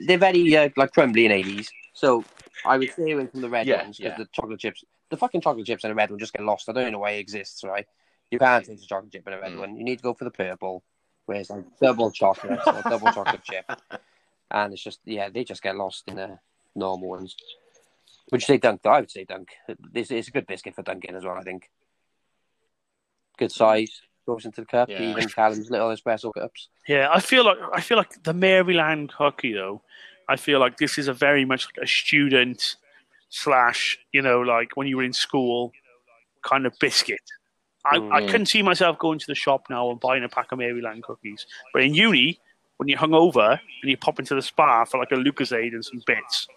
C: They're very uh, like crumbly in eighties, so I would stay away from the red
D: Yeah,
C: ones because
D: yeah.
C: the chocolate chips, the fucking chocolate chips and the red one just get lost. I don't know why it exists, right? You can't taste a chocolate chip and a red
D: Mm.
C: one. You need to go for the purple, where it's like double chocolate, or double chocolate chip, and it's just yeah, they just get lost in the normal ones. Would you say Dunk? I would say Dunk. It's, it's a good biscuit for Dunkin' as well. I think. Good size goes into the cup.
D: Yeah.
C: Even Callum's little espresso cups.
B: Yeah, I feel like I feel like the Maryland hockey though. I feel like this is a very much like a student slash, you know, like when you were in school kind of biscuit. I, I
D: Mm.
B: couldn't see myself going to the shop now and buying a pack of Maryland cookies. But in uni, when you're hungover and you pop into the spa for like a Lucasade and some bits,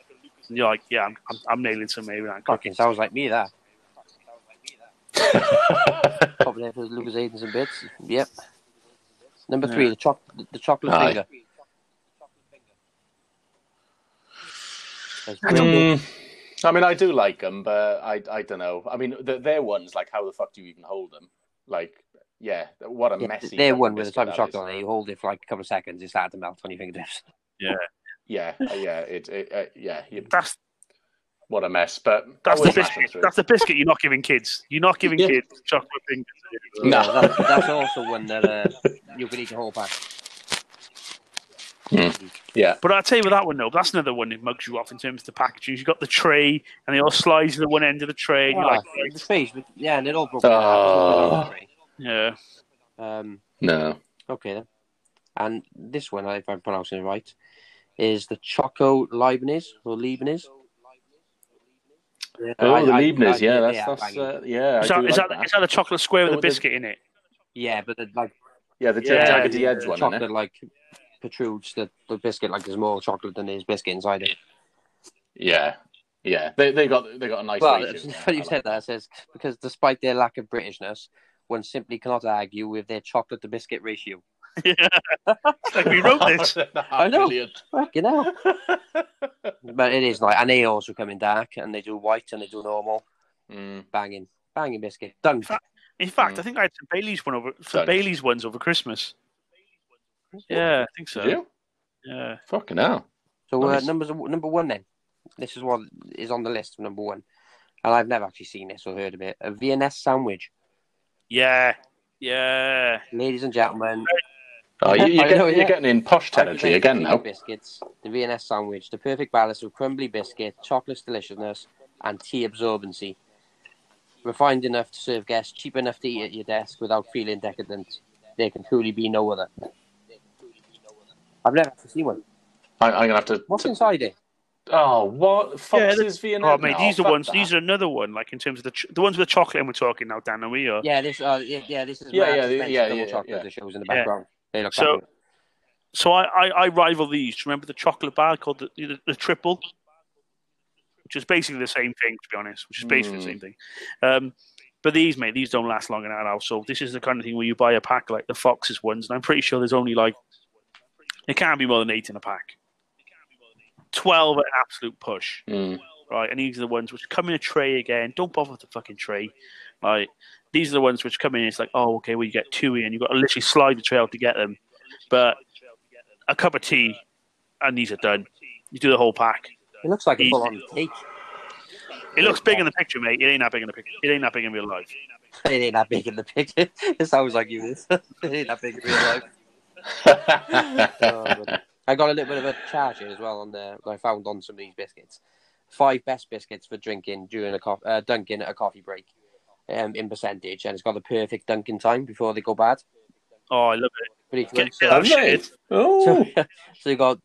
B: and you're like, yeah, I'm, I'm, I'm nailing some Maryland cookies.
C: Fucking sounds like me that. Popping in for Lucas Aidens and bits. Yep. Number three, the, choc- the chocolate
D: Aye.
C: finger. That's
D: I
C: brilliant.
D: don't- I mean, I do like them, but I I don't know. I mean, the, their ones like how the fuck do you even hold them? Like, yeah, what a
C: Yeah,
D: messy.
C: they're
D: fucking
C: one with the
D: biscuit
C: type of
D: that is.
C: chocolate on it. You hold it for like a couple of seconds, it's hard to melt on your fingertips.
D: Yeah, uh, yeah, it, it uh, yeah, you,
B: That's
D: what a mess. But
B: that's
D: I
B: the
D: would smash 'em
B: biscuit.
D: through.
B: That's the biscuit you're not giving kids. You're not giving
D: Yeah.
B: kids chocolate fingers.
D: No.
C: Yeah, that's, that's also one that uh, you can eat a whole pack.
D: yeah,
B: But I'll tell you with that one though, that's another one that mugs you off in terms of the packaging. You've got the tray and they all slide to the one end of the tray and you're
C: Ah,
B: like,
C: the face, but- yeah, and it all broken down.
B: yeah.
C: Um,
D: no,
C: Okay then. And this one, if I'm pronouncing it right, is the Choco Leibniz or Leibniz. Yeah,
D: oh,
C: I-
D: the
C: I-
D: Leibniz,
C: I-
D: yeah, that's that's
C: banging.
D: uh, yeah,
B: Is
D: I
B: that,
D: do
B: is,
D: like
B: that, is that a chocolate square with
D: Oh,
B: a
D: the-
B: biscuit in it?
C: yeah, but the, like
D: yeah, the
B: Yeah,
D: jaggedy
B: yeah,
D: edge one, isn't
C: chocolate
D: it?
C: like protrudes the, the biscuit like there's more chocolate than there's biscuit inside it.
D: Yeah, yeah, they they got they got a nice.
C: Well,
D: ratio
C: it's
D: there.
C: funny
D: I
C: you
D: like
C: said that. It says because despite their lack of Britishness, one simply cannot argue with their chocolate to biscuit ratio.
B: Like we wrote this.
D: I
C: know.
D: Brilliant.
C: Fucking hell! but it is like, and they also come in dark, and they do white, and they do normal.
D: Mm.
C: banging, banging biscuit. Dunk.
B: In fact,
D: Mm.
B: I think I had some Bailey's one over
D: Don't.
B: some Bailey's ones over Christmas. Yeah, I think so.
D: Did you?
B: Yeah.
D: Fucking hell.
C: So uh,
D: Nice.
C: numbers number one then. This is what is on the list number one, and I've never actually seen this or heard of it. A Viennese sandwich,
B: Yeah. Yeah.
C: ladies and gentlemen.
D: Oh, you, you
C: I
D: get,
C: know,
D: you're
C: yeah.
D: getting in posh territory
C: I've
D: again
C: made
D: now.
C: Biscuits. The Viennese sandwich, the perfect balance of crumbly biscuit, chocolate deliciousness, and tea absorbency. Refined enough to serve guests, cheap enough to eat at your desk without feeling decadent. There can truly be no other. I've never actually seen one.
D: I, I'm gonna have to.
C: What's inside it?
D: Oh, what
B: Yeah,
D: Fox's
B: the-
D: is Vienna?
B: Oh, mate,
D: No,
B: these are
D: fuck
B: ones.
D: that.
B: These are another one. Like in terms of the ch- the ones with the chocolate, and we're talking now, Dan, are we? Or...
C: Yeah, this, uh, yeah, yeah, this is
D: Yeah,
C: where
D: yeah,
C: I just
D: yeah,
C: mentioned
D: yeah,
C: double
D: yeah,
C: chocolate
D: yeah.
C: that shows in the
B: Yeah.
C: background. They look
B: So-
C: fabulous.
B: So I, I, I rival these. Do you remember the chocolate bar called the, the, the triple? Which is basically the same thing, to be honest. Which is basically the
D: Hmm.
B: same thing. Um, but these, mate, these don't last long in our household. This is the kind of thing where you buy a pack like the Fox's ones, and I'm pretty sure there's only like it can't be more than eight in a pack. Twelve at an absolute push,
D: Mm.
B: right? And these are the ones which come in a tray again. Don't bother with the fucking tray. Like these are the ones which come in. It's like, oh, okay, well you get two in. You've got to literally slide the tray out to get them. But a cup of tea, and these are done. You do the whole pack.
C: It looks like a
B: Easy.
C: full on cake.
B: It looks big in the picture, mate. It ain't that big in the picture. It ain't that big in real life.
C: It ain't that big in the picture. It sounds like you. is. it ain't that big in real life. Oh, but- I got a little bit of a charge here as well on the I found on some of these biscuits. Five best biscuits for drinking during a co- uh, dunking at a coffee break, um, in percentage, and it's got the perfect dunking time before they go bad.
B: Oh, I love it.
C: Pretty
B: Get,
C: close.
B: get
D: Have
B: that shit.
D: they? Oh,
C: So, so you got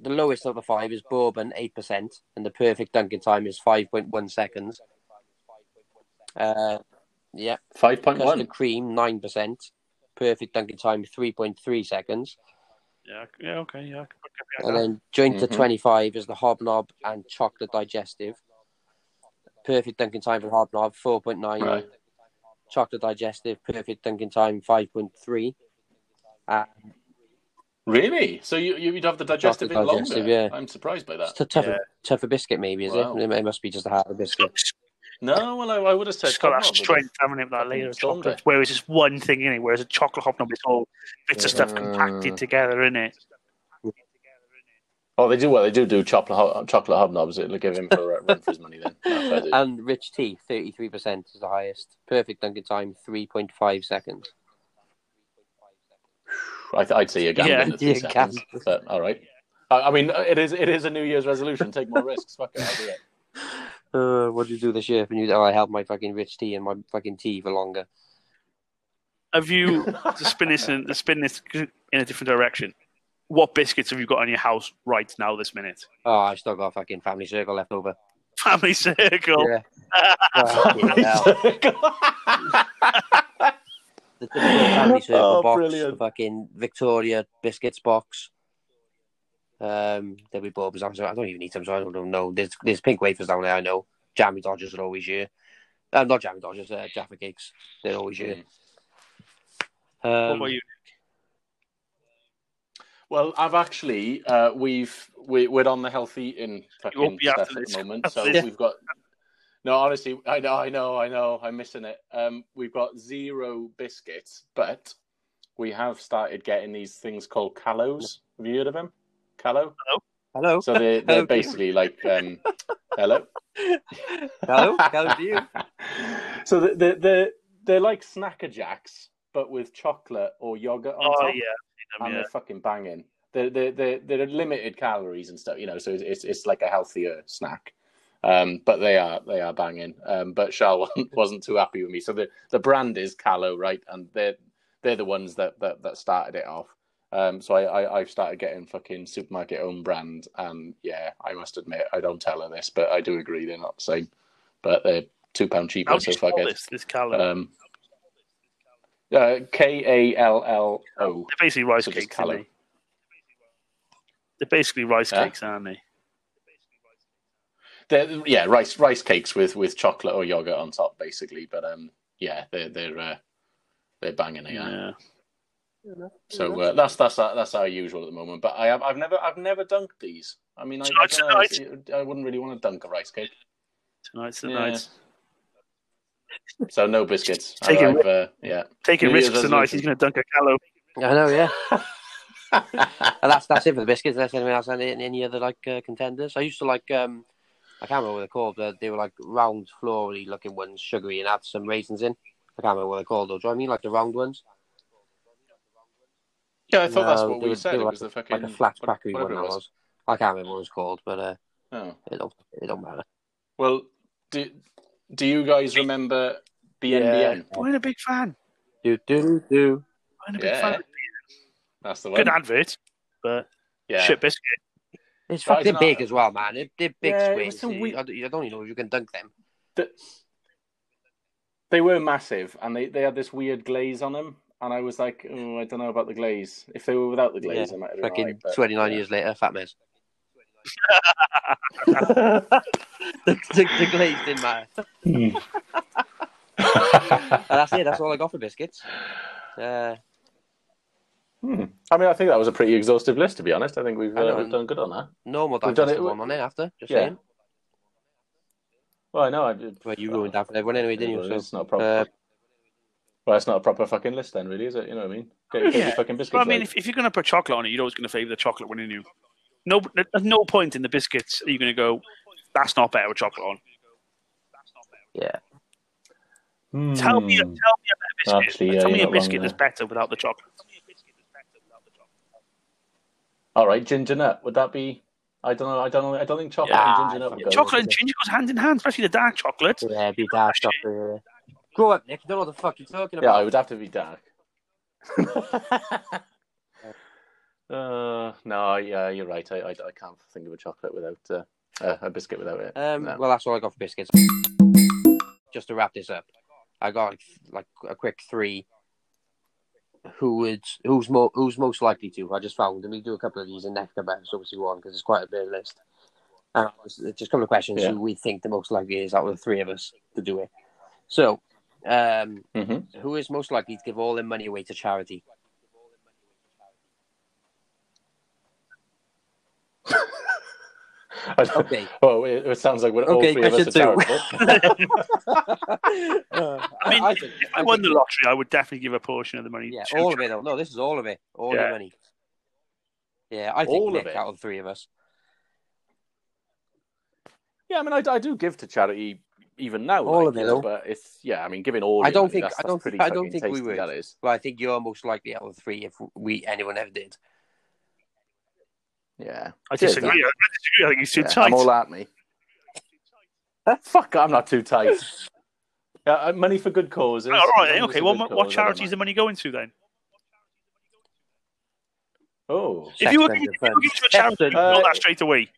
C: the lowest of the five is bourbon, eight percent, and the perfect dunking time is five point one seconds. Uh, yeah,
D: five point
C: custard
D: one.
C: cream, nine percent. Perfect dunking time, three point three seconds,
B: Yeah, yeah, okay, yeah. I can put that down.
C: and then joint to
D: Mhm.
C: twenty-five is the hobnob and chocolate digestive. Perfect dunking time for hobnob, four point nine.
D: Right.
C: Chocolate digestive, perfect dunking time, five point three. Uh,
D: Really? So you you'd have the digestive in
C: Chocolate
D: longer?
C: digestive, yeah.
D: I'm surprised by
C: It's
D: that.
C: t- tougher,
B: Yeah.
C: tougher biscuit, maybe is
D: Wow.
C: it? It must be just a harder biscuit.
D: No, well, I, I would have said
B: It's got that
D: hobnob, but
B: strength, haven't it, with that
D: fucking
B: layer of
D: stronger.
B: chocolate. Whereas it's one thing in it, whereas a chocolate hobnob is all bits of stuff
C: Uh.
B: compacted together in it.
D: Oh, they do well. They do do chocolate ho- chocolate hobnobs. It'll give him for uh, run for his money then. That's what I do.
C: And Rich T, 33% is the highest. Perfect Duncan time, 3.5 seconds.
D: I th- I'd say you
B: Yeah.
D: gambling yeah,
C: You
D: three seconds,
C: gamble.
D: but all right. I, I mean, it is it is a New Year's resolution. Take more risks. Fuck it, I'll do it.
C: Uh, what do you do this year? And you, oh, I held my fucking Rich T and my fucking tea for longer.
B: Have you to spin this in to spin this in a different direction? What biscuits have you got on your house right now, this minute?
C: Oh, I still got a fucking family circle left over.
B: Family circle.
C: Yeah. Fucking hell. the typical family circle
D: Oh,
C: box,
D: brilliant.
C: the fucking Victoria biscuits box. Um, there'll be bulbs. I'm sorry, I don't even eat them, so I don't even know. There's there's pink wafers down there. I know. Jammy Dodgers are always here. Uh, not Jammy Dodgers. Uh, Jaffa Cakes. They're always here.
B: What
C: Um,
B: about you?
D: well, I've actually uh, we've we, we're on the healthy in
B: You
D: fucking
B: won't be after
D: stuff at
B: this.
D: the moment, so
B: Yeah.
D: we've got. No, honestly, I know, I know, I know. I'm missing it. Um, we've got zero biscuits, but we have started getting these things called callos. Have you heard of them? Callo.
C: Hello.
D: So they they're
C: Hello, Peter.
D: basically like um, hello.
C: Hello. Hello to you.
D: So the- the the they're like snacker jacks, but with chocolate or yogurt on
B: Oh
D: top,
B: yeah.
D: and
B: yeah.
D: they're fucking banging. They're they're, they're they're limited calories and stuff, you know. So it's it's, it's like a healthier snack, um, but they are they are banging. Um, but Charles wasn't too happy with me. So the the brand is Callo, right? And they're they're the ones that that, that started it off. Um, so I, I I've started getting fucking supermarket own brand, and yeah, I must admit I don't tell her this, but I do agree they're not the same, but they're two pound
B: How
D: cheaper.
B: do
D: So
B: you
D: fuck
B: spell
D: it.
B: this? This callow.
D: Um, uh, K A L L O.
B: They're basically rice
D: So just
B: cakes, aren't
D: colour.
B: they? They're basically rice
D: Huh?
B: cakes, aren't they?
D: They're, yeah, rice rice cakes with, with chocolate or yogurt on top, basically. But um, yeah, they're they're uh, they're banging it. Yeah. So uh, that's that's our, that's our usual at the moment. But I have I've never I've never dunked these. I mean, I, I, don't know,
B: Tonight.
D: it's- I wouldn't really want to dunk a rice cake.
B: Tonight's the
D: Yeah.
B: night.
D: So no biscuits.
B: Take it
D: I've, uh, yeah.
B: Taking
D: New
B: risks
D: Year's
B: tonight.
D: resolution.
B: He's going to dunk a callow.
C: I know. Yeah. And that's that's it for the biscuits. Unless anyone else had any, any other like uh, contenders. I used to like um, I can't remember what they're called, but they were like round, floral looking ones, sugary, and had some raisins in. I can't remember what they're called though. Do you know what I mean like the round ones?
D: yeah, I thought that's
C: No,
D: what
C: they
D: we
C: were-
D: said.
C: they
D: It
C: were
D: was the fucking
C: Like a flat
D: what-
C: crackery one
D: whatever
C: that
D: it
C: was. I can't remember what it's called, but uh,
D: Oh.
C: it don't it don't matter.
D: Well, do do you guys remember BNBN?
B: I'm a big fan.
C: Do do do.
B: I'm a big
D: Yeah.
B: fan.
D: That's the one.
B: Good advert, but
D: yeah.
B: shit biscuit.
C: It's
D: But I
C: fucking
D: dunno.
C: big as well, man. They're, they're big
D: Yeah, it was
C: squares.
D: so weird.
C: I, don't, I don't even know if you can dunk them.
D: They were massive, and they, they had this weird glaze on them. And I was like, oh, I don't know about the glaze. If they were without the glaze,
C: Yeah,
D: I might have been
C: Fucking
D: alright, but-
C: twenty nine
D: yeah.
C: years later, fat mess. the, the, the glaze didn't matter. And that's it. That's all I got for biscuits. Uh,
D: I mean, I think that was a pretty exhaustive list, to be honest. I think we've,
C: I
D: uh,
C: know.
D: we've done good on that.
C: normal
D: We've
C: We've
D: done
C: done
D: it-
C: one on then after. Just
D: Yeah.
C: saying.
D: Well, I know. I did.
C: Well, you ruined that for everyone anyway, didn't you?
D: It's
C: So,
D: not a proper.
C: uh,
D: well, it's not a proper fucking list, then, really, is it? You know what I mean? Get, get
B: Yeah.
D: your fucking biscuits.
B: But I mean,
D: right.
B: if, if you're going to put chocolate on it, you're always going to favour the chocolate one, aren't you? No, at no point in the biscuits are you going to go, that's not better with chocolate on.
C: yeah.
B: Tell me, tell
D: Hmm.
B: me a better biscuit.
D: Actually, yeah,
B: tell
D: you're
B: me a
D: not wrong
B: biscuit
D: there.
B: that's better without the chocolate.
D: All right, ginger nut. Would that be? I don't know. I don't know. I don't think chocolate
C: Yeah,
D: and ginger nut would go.
C: fucking
B: Chocolate and ginger goes hand in hand, especially the dark chocolate.
C: Yeah, be dashed off the. Grow up, Nick. You don't know what the fuck you're talking
D: Yeah,
C: about.
D: it would have to be dark. uh, no, yeah, you're right. I, I, I can't think of a chocolate without uh, uh, a biscuit without it.
C: Um,
D: No.
C: Well, that's all I got for biscuits. Just to wrap this up, I got like, like a quick three. Who would who's mo- who's most likely to? I just found, and we do a couple of these in next about so obviously one because it's quite a big list. And it was just a couple of questions
D: Yeah.
C: who we think the most likely is out of the three of us to do it. So, um,
D: Mhm.
C: who is most likely to give all their money away to charity? Okay.
D: Oh, it, it sounds like we're all
C: Okay,
D: three of us are
C: question two.
D: terrible.
C: Uh,
B: I mean,
C: think-
B: If I won the lottery, I would definitely give a portion of the money.
C: Yeah,
B: to
C: all of
B: charity.
C: it. though. No, this is all of it. All
B: Yeah.
C: the money. Yeah, I think
D: All of
C: Nick,
D: it.
C: out of the three of us.
D: yeah, I mean, I, I do give to charity even now.
C: All
D: like,
C: of it,
D: you know,
C: though.
D: But it's yeah, I mean, giving all.
C: I
D: your
C: don't
D: money,
C: think-
D: that's,
C: I
D: that's
C: don't
D: pretty
C: think- I don't
D: fucking
C: think we
D: tasty,
C: would.
D: That is.
C: Well, I think you're most likely out of the three if we anyone ever did.
D: Yeah.
B: I
D: Cheers,
B: disagree. I
D: Dan.
B: disagree. I think it's too
D: Yeah,
B: tight.
D: I'm all at me. Fuck, I'm not too tight. Yeah, uh, money for good causes.
B: all
D: As
B: right.
D: long as
B: Okay.
D: it's a
B: Well,
D: good
B: what,
D: cause,
B: what
D: I
B: charities the
D: don't
B: money going to then?
D: mind. Oh.
B: If you were
C: Sex
B: giving if you were
C: offenders,
B: giving to a charity,
C: friends.
B: you'd know
D: Uh,
B: that straight away.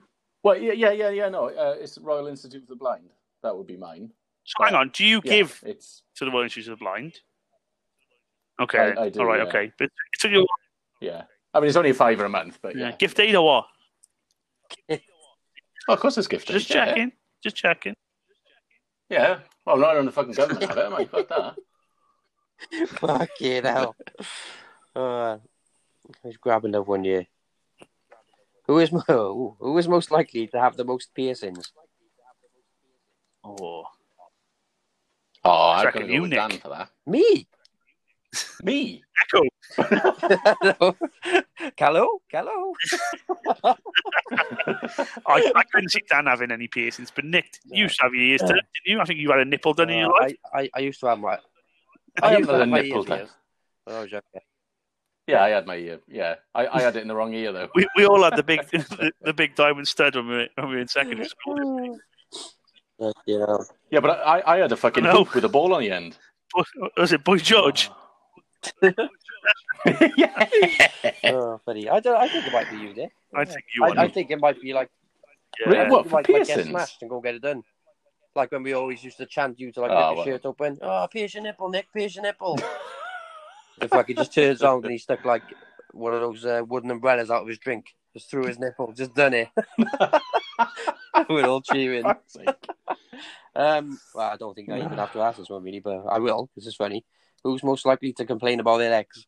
D: Oh, well, yeah, yeah, yeah, yeah. No, uh, it's the Royal Institute for the Blind. That would be mine.
B: So hang on. Do you
D: Yeah,
B: give
D: It's
B: to the Royal Institute of the Blind? Okay.
D: I- I do,
B: all right.
D: yeah.
B: Okay. But it took you a while.
D: yeah. I mean, it's only a fiver a month, but yeah.
B: Yeah. Gift aid or what?
D: Oh, of course, it's gifted.
B: Just
D: yeah.
B: checking. Just checking.
D: Yeah. Well, I'm not on the fucking government have it, am I? Fuck that.
C: Fucking hell. Uh, let's grab another one here. Who is mo- ooh, who is most likely to have the most piercings?
B: Oh.
D: Oh, I'm
B: Reckon
D: going to
B: you,
D: go with
B: Nick.
D: Dan for that.
C: Me.
D: Me?
B: Echo.
C: Hello, Callow? Callow?
B: I, I couldn't see Dan having any piercings, but Nick, you used to have your ears done, didn't you? I think you had a nipple done in your
C: Uh,
B: life.
C: I, I, I used to have my.
D: I have
C: used to
D: a
C: have my
D: nipple
C: ears
D: done.
C: pierced. Oh, When I was younger.
D: Yeah, I had my ear. Yeah, I, I had it in the wrong ear though.
B: We, we all had the big the, the big diamond stud when we were, when we were in secondary school. didn't we?
C: But, you know.
D: Yeah, but I, I had a fucking
B: No. Oh,
D: hoop with a ball on the end.
B: Boy- Was it Boy George?
D: yeah.
C: Oh, buddy. I, don't, I think it might be you, Nick.
D: Oh.
B: I think you
C: I, I
B: won.
C: think it might be like. uh,
B: Yeah.
D: Really? What,
C: you
D: for
C: might, like, get
D: piercings?
C: smashed and go get it done. Like when we always used to chant you to like
D: Oh,
C: rip your
D: well.
C: shirt open. Oh, pierce your nipple, Nick, pierce your nipple. the fucker just turns around and he stuck like one of those uh, wooden umbrellas out of his drink. Just threw his nipple, just done it. We're all cheering. Um, well, I don't think I even have to ask this one really, but I will. This is funny. Who's most likely to complain about their ex?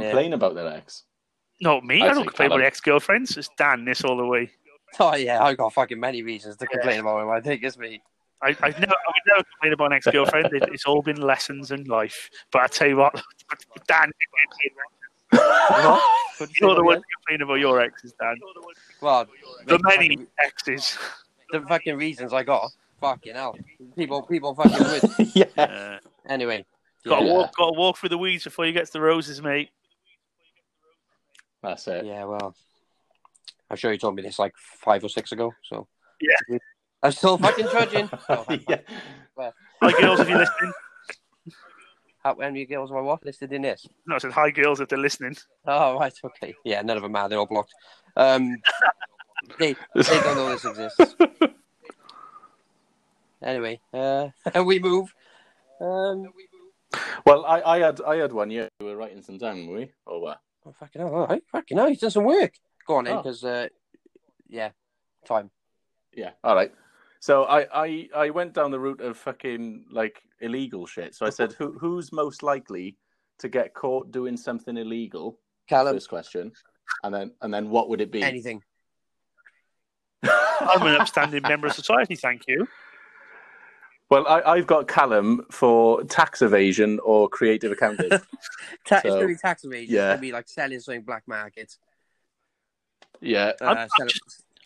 D: Complain about their ex.
B: No, me.
D: I
B: I don't
D: think
B: complain about
D: Alan.
B: ex girlfriends. It's Dan this all the way.
C: Oh yeah, I've got fucking many reasons to complain about him. I think it's me.
B: I, I've never, I would never complain about an ex girlfriend. It, it's all been lessons in life. But I tell you what, Dan, you're the one to complain about your exes, Dan.
C: Well,
B: The
C: the
B: many
C: fucking,
B: exes.
C: the fucking reasons I got. Fucking hell, people, people fucking would.
D: yeah.
B: Uh,
C: Anyway,
B: got to
D: Yeah.
B: walk, got to walk through the weeds before you get to the roses, mate.
D: That's it.
C: yeah, well, I'm sure you told me this like five or six ago. So
B: Yeah.
C: I'm still fucking trudging. so,
D: Yeah.
B: Hi, girls, if you're listening.
C: how many girls am I what listed in this?
B: No, I said hi, girls, if they're listening.
C: Oh right, okay. Yeah, none of them are. They're all blocked. Um, they they don't know this exists. Anyway, uh, we move. Um,
D: Well, I, I had I had one. Yeah, we were writing some down, were we? Or what?
C: Oh, fucking hell, all right. Fucking hell, he's done some work. Go on in,
D: Oh.
C: because, uh, yeah, time.
D: Yeah. All right. So I, I I went down the route of fucking like illegal shit. So I said, who who's most likely to get caught doing something illegal?
C: Callum,
D: First question, and then and then what would it be?
C: anything.
B: I'm an upstanding member of society, thank you.
D: Well, I, I've got Callum for tax evasion or creative accounting.
C: Ta- It's
D: So,
C: going to be tax evasion.
D: yeah.
C: It's going to be like selling something black market.
D: yeah.
B: I'm-
C: Uh,
B: I'm
C: sell-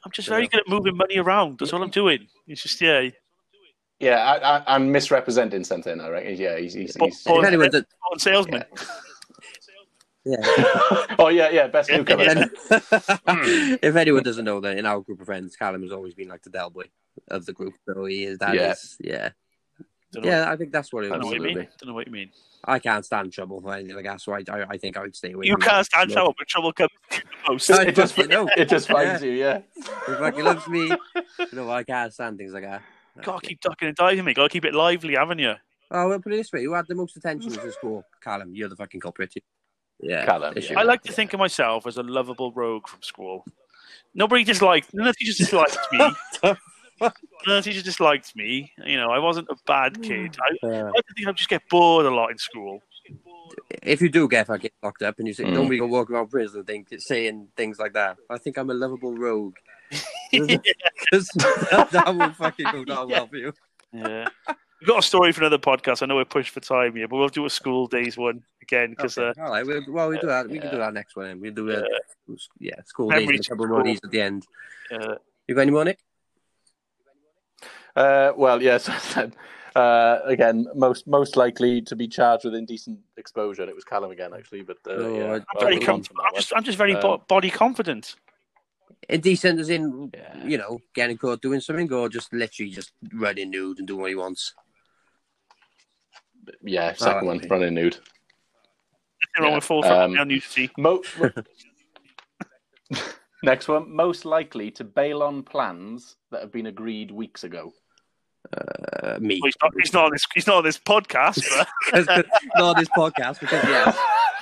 B: I'm just very good at moving money around. That's all I'm doing. It's just, yeah.
D: Yeah, I, I, I'm misrepresenting something. I reckon. Yeah, he's. he's, he's
B: Paul-
C: if anyone did-
B: On salesman.
C: yeah.
D: oh yeah, yeah, best newcomer.
C: if, any- if anyone doesn't know that in our group of friends, Callum has always been like the Del Boy of the group. So he is that is
D: Yeah.
C: yeah.
B: Don't know,
C: Yeah, I think that's what it
B: what, don't know
C: was.
B: what you mean.
D: absolutely.
B: Don't know what you mean.
C: I can't stand trouble or anything like that, so I, I, I think I would stay away.
B: You
C: from
B: can't
C: that.
B: stand trouble, but trouble comes to the post.
C: I
D: It just-
C: fucking know.
D: It just finds you. Yeah.
C: He fucking loves me. No, I can't stand things like that.
B: Gotta keep ducking and diving, mate. Gotta keep it lively, haven't you?
C: Oh, well, put it this way: who had the most attention to school? Callum, you're the fucking culprit. Yeah,
D: Callum,
C: it's
D: yeah.
C: you.
B: I like to think of myself as a lovable rogue from school. Nobody disliked, none of the teachers disliked me. none of the teachers disliked me. You know, I wasn't a bad kid. I,
C: Uh,
B: I think I just get bored a lot in school.
C: if you do get fucking locked up and you say, don't be gonna walk around prison think, saying things like that. I think I'm a lovable rogue. 'Cause that, that will fucking go down well for you.
B: Yeah. We've got a story for another podcast. I know we're pushed for time here, but we'll do a school days one again because
C: Okay, all right, we'll, well, we do that. We can do that next one. Then. We'll do a yeah, school days and
B: Memories
C: a
B: of
C: couple
B: school.
C: more days at the end.
B: uh, uh,
C: You got any more, Nick?
D: Uh, well, yes. uh, again, most most likely to be charged with indecent exposure. And it was Callum again, actually. But uh,
C: Oh,
D: yeah,
C: I- I'm
D: I'll
B: very
D: move on
B: com-
D: from that
B: I'm
D: one.
B: just I'm just very bo-
D: Um,
B: body confident.
C: Indecent as in
D: Yeah.
C: you know getting caught doing something, or just literally just running nude and doing what he wants.
D: yeah, second one,
C: okay.
D: running nude.
B: Nothing wrong
D: yeah,
B: with full
D: um,
B: frontal nudity.
D: Mo- Next one, most likely to bail on plans that have been agreed weeks ago.
C: Uh, me, uh,
B: Well, he's not. He's not on this. He's not on this podcast. But,
C: not this podcast because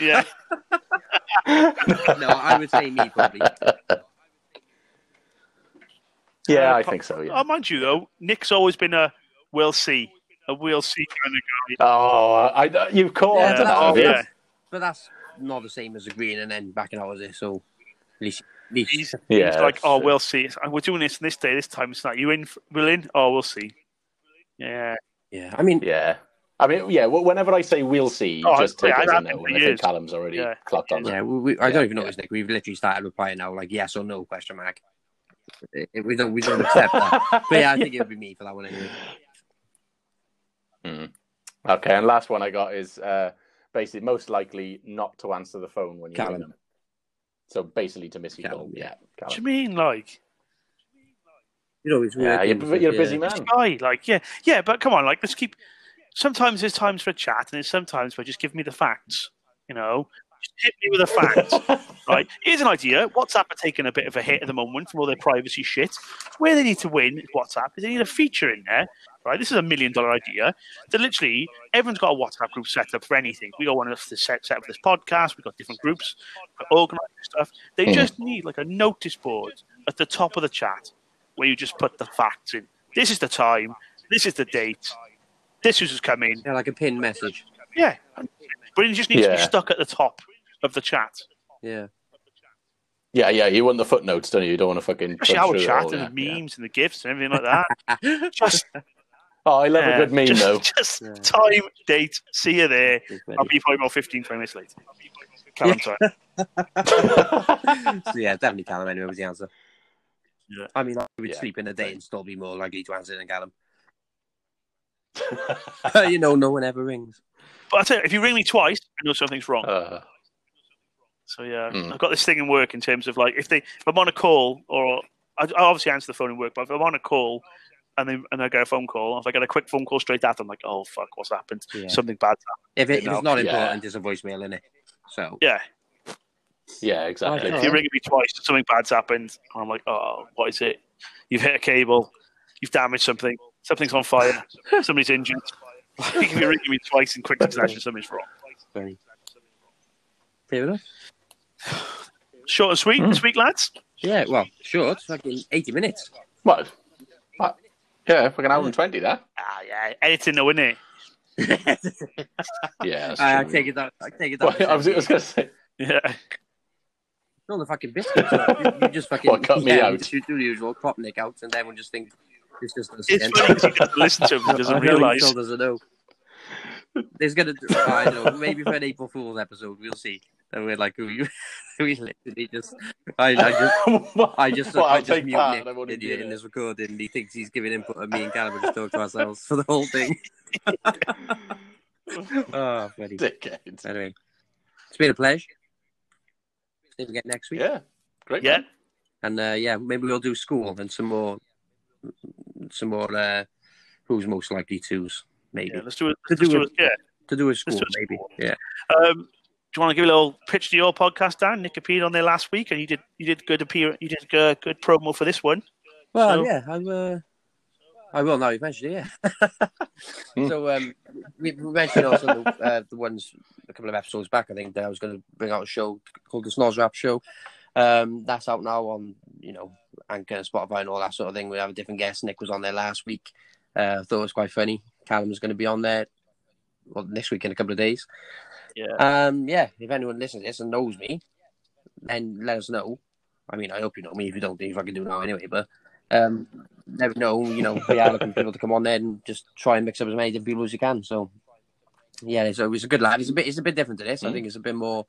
C: yeah,
B: yeah,
C: no, I would say me probably.
D: Yeah,
B: Uh,
D: I think so. Yeah.
B: oh, mind you though, Nick's always been a we'll see, a we'll see kind of
D: Oh, I, I- you've caught on
C: Yeah,
D: to that.
B: guy.
D: have
C: Oh,
B: Yeah,
D: you?
B: yeah.
C: But that's not the same as agreeing and then backing out of it. So at least, at least
B: He's,
D: Yeah,
B: he's like,
D: that's
B: oh,
D: it.
B: we'll see. It's- We're doing this this day, this time. It's not you in. Will in? Oh, we'll see. Yeah.
C: yeah. I mean,
D: Yeah. I mean, yeah. wh- Whenever I say we'll see,
B: Oh,
D: just take
B: yeah,
D: it as a
B: I've
D: no.
B: been
D: And I think
B: years.
D: Callum's already
B: Yeah.
D: clocked on that.
C: yeah, we, we, I don't
D: Yeah,
C: even
D: yeah.
C: notice, Nick. We've literally started replying now, like yes or no question mark. Eh, eh, We don't, we don't accept that. But yeah, I think it would be me for that one anyway.
D: Okay, and last one I got is uh, basically most likely not to answer the phone when you ring
C: Callum.
D: them. So basically to miss your
C: Callum,
D: call.
C: yeah.
D: Yeah,
B: What do
D: Callum.
B: you mean, like,
C: You know, it's
D: Yeah,
C: working,
D: you're, you're a
C: yeah.
D: busy man.
B: guy, like, yeah, yeah, but come on, like, let's keep. Sometimes there's times for a chat, and there's sometimes for just give me the facts. You know, just hit me with a fact. right, here's an idea. WhatsApp are taking a bit of a hit at the moment from all their privacy shit. Where they need to win is WhatsApp is they need a feature in there. Right, this is a million dollar idea. That literally everyone's got a WhatsApp group set up for anything. We got one of the set set up for this podcast. We've got different groups, organizing stuff. They
D: Mhm.
B: just need like a notice board at the top of the chat where you just put the facts in. This is the time. This is the date. This is who's coming.
C: Yeah, like a pin message.
B: Yeah, but it just needs to be
D: Yeah.
B: stuck at the top of the chat.
C: Yeah,
D: Yeah, yeah. You want the footnotes, don't you? You don't want to fucking.
B: Especially
D: punch
B: our
D: through it
B: chat
D: all,
B: and
D: yeah,
B: the
D: yeah.
B: memes and the gifs and everything like that. just
D: Oh, I love
B: yeah,
D: a good meme
B: just,
D: though.
B: just
C: Yeah.
B: time, date, see you there.
C: it's
B: I'll
C: ready.
B: be probably about 15, 20 minutes late. Callum time.
C: so yeah, definitely Callum anyway was the answer.
B: Yeah.
C: I mean, I would
D: Yeah.
C: sleep in a day and still be more likely to answer than Callum. you know, no one ever rings.
B: But I tell you, if you ring me twice, I know something's wrong.
D: Uh,
B: So yeah,
D: Mm.
B: I've got this thing in work in terms of like if they if I'm on a call or I, I obviously answer the phone in work, but if I'm on a call and they, and I get a phone call, if I get a quick phone call straight after, I'm like, oh fuck, what's happened?
C: Yeah.
B: Something bad's
C: If, it, if
B: No,
C: it's not
D: yeah.
C: important, it's a voicemail, isn't it? So
B: happened.
D: yeah, exactly.
B: Yeah,
C: Yeah.
B: if you're ringing me twice, something bad's happened, and I'm like, oh, what is it? You've hit a cable, you've damaged something, something's on fire, somebody's injured. if you're ringing me twice in quick succession, something's wrong.
C: very fair enough.
B: Short and sweet this week, lads.
C: Yeah, well, short, fucking eighty minutes.
D: What? What? Yeah, fucking hour and twenty. That.
B: Ah, yeah, editing though, isn't it?
D: Yeah. that's
C: I, I
D: true.
C: take it that I take it
D: Well,
C: that.
D: I was, I was gonna say.
B: Yeah.
C: All the fucking biscuits. you, you just fucking
D: Well, cut me
C: yeah,
D: out.
C: You just do the usual crop nick out, and everyone just think it's just us
B: It's funny
C: again.
B: 'cause he doesn't listen to him, he
C: I
B: doesn't
C: know he
B: realise.
C: still doesn't know. There's gonna, I don't know, maybe for an April Fool's episode, we'll see. And we're like, who you? we literally just, I, I just. I just,
D: Well,
C: I
D: I'll
C: just
D: take
C: mute
D: part,
C: Nick
D: I won't
C: in,
D: do
C: in
D: it.
C: this recording. And he thinks he's giving input, and me and Callum are just talking to ourselves for the whole thing. oh, buddy.
D: Dickheads.
C: Anyway, it's been a pleasure. See you again next week.
D: Yeah. Great.
B: Yeah.
D: man.
C: And uh, yeah, maybe we'll do school and some more, some more. Uh, who's most likely to's maybe
B: Yeah, let's do it.
C: To
B: Let's
C: do
B: do it. Yeah.
C: to do a school
B: do a
C: maybe.
B: school.
C: Yeah,
B: Um, do you want to give a little pitch to your podcast, Dan? Nick appeared on there last week, and you did you did good appear you did uh, good promo for this one. So-
C: Well, yeah, I'm. Uh, I will now. You've mentioned it, yeah. so um, we we mentioned also the, uh, the ones a couple of episodes back. I think that I was going to bring out a show called the Snoz Rap Show. Um, that's out now on you know Anchor, Spotify, and all that sort of thing. We have a different guest. Nick was on there last week. Uh, thought it was quite funny. Callum's going to be on there. Well, next week in a couple of days.
B: Yeah.
C: Um, yeah, if anyone listens to this and knows me, then let us know. I mean, I hope you know me. If you don't, if I can do now anyway, but um, never know. You know, we are looking for people to come on there and just try and mix up as many different people as you can. So, yeah, so it's a good lad. It's a bit, it's a bit different to this. I
D: Mm.
C: think it's a bit more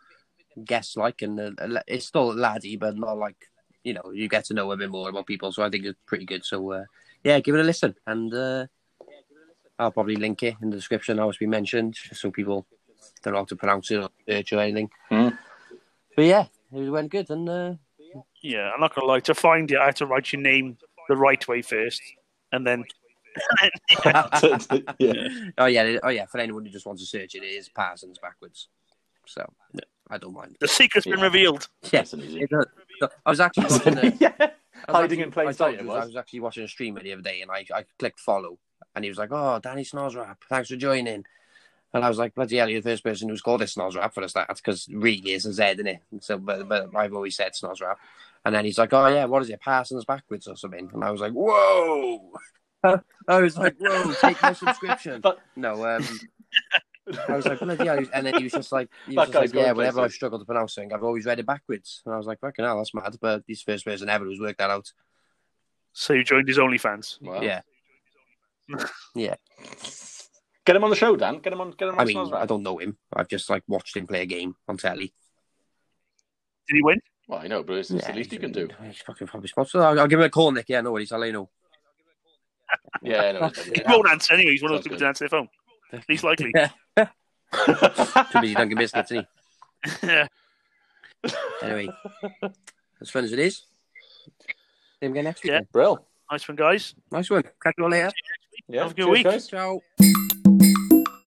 C: guest like, and uh, le- it's still laddie, but not like you know, you get to know a bit more about people. So I think it's pretty good. So uh, yeah, give it a listen, and uh, I'll probably link it in the description. Now it's been mentioned, just so people don't know how to pronounce it or search or anything.
D: Mm.
C: But yeah, it went good, and uh,
B: Yeah, I'm not gonna lie. To find it, I had to write your name the right way first, and then
D: yeah.
C: Oh yeah, oh yeah. For anyone who just wants to search it, it is Parsons backwards. So I don't mind.
B: the secret's been
D: Yeah.
B: revealed.
D: That's an easy.
C: It does- I was actually watching a,
D: yeah.
C: I was
D: Hiding
C: actually-
D: in plain
C: I
D: sight
C: told
D: it
C: you,
D: was.
C: I was actually watching a streamer the other day, and I, I clicked follow, and he was like, "Oh, Danny Snozrap, thanks for joining." And I was like, "Bloody hell, you're the first person who's called it Snozrap for the stats because really is a Z in it." And So, but, but I've always said Snozrap. And then he's like, "Oh yeah, what is it? Parsons backwards or something?" And I was like, "Whoa!" I was like, "Whoa, take my subscription."
D: But-
C: no, um, I was like, bloody hell. And then he was just like, he
D: That
C: was just
D: guy's
C: like
D: going
C: yeah, whenever I
D: places.
C: struggle to pronounce something, I've always read it backwards. And I was like, fucking hell, that's mad. But he's the first person ever who's worked that out.
B: So you joined his OnlyFans.
D: Wow.
C: Yeah.
D: Get him on the show, Dan. Get him on. Get him on.
C: I mean,
D: Snozrap.
C: I don't know him. I've just like watched him play a game on telly.
B: Did he win?
D: Well, I know, but it's, it's the least you can do.
C: He's fucking probably sponsored. I'll, I'll give him a call, Nick. Yeah, no worries. I'll let you know.
D: Yeah, I know. it's
B: He
D: definitely-
B: won't answer anyway. He's one of
D: Sounds
B: those people
D: good.
B: to answer their phone. Least likely.
C: Too busy dunking biscuits, isn't
B: yeah.
C: he? Anyway, as fun as it is, see him again next week.
B: Yeah.
C: then.
D: Brill.
B: Nice one, guys.
C: Nice one. Catch you all later.
D: Yeah.
B: Have a good
D: cheers,
B: week.
D: guys.
C: Ciao.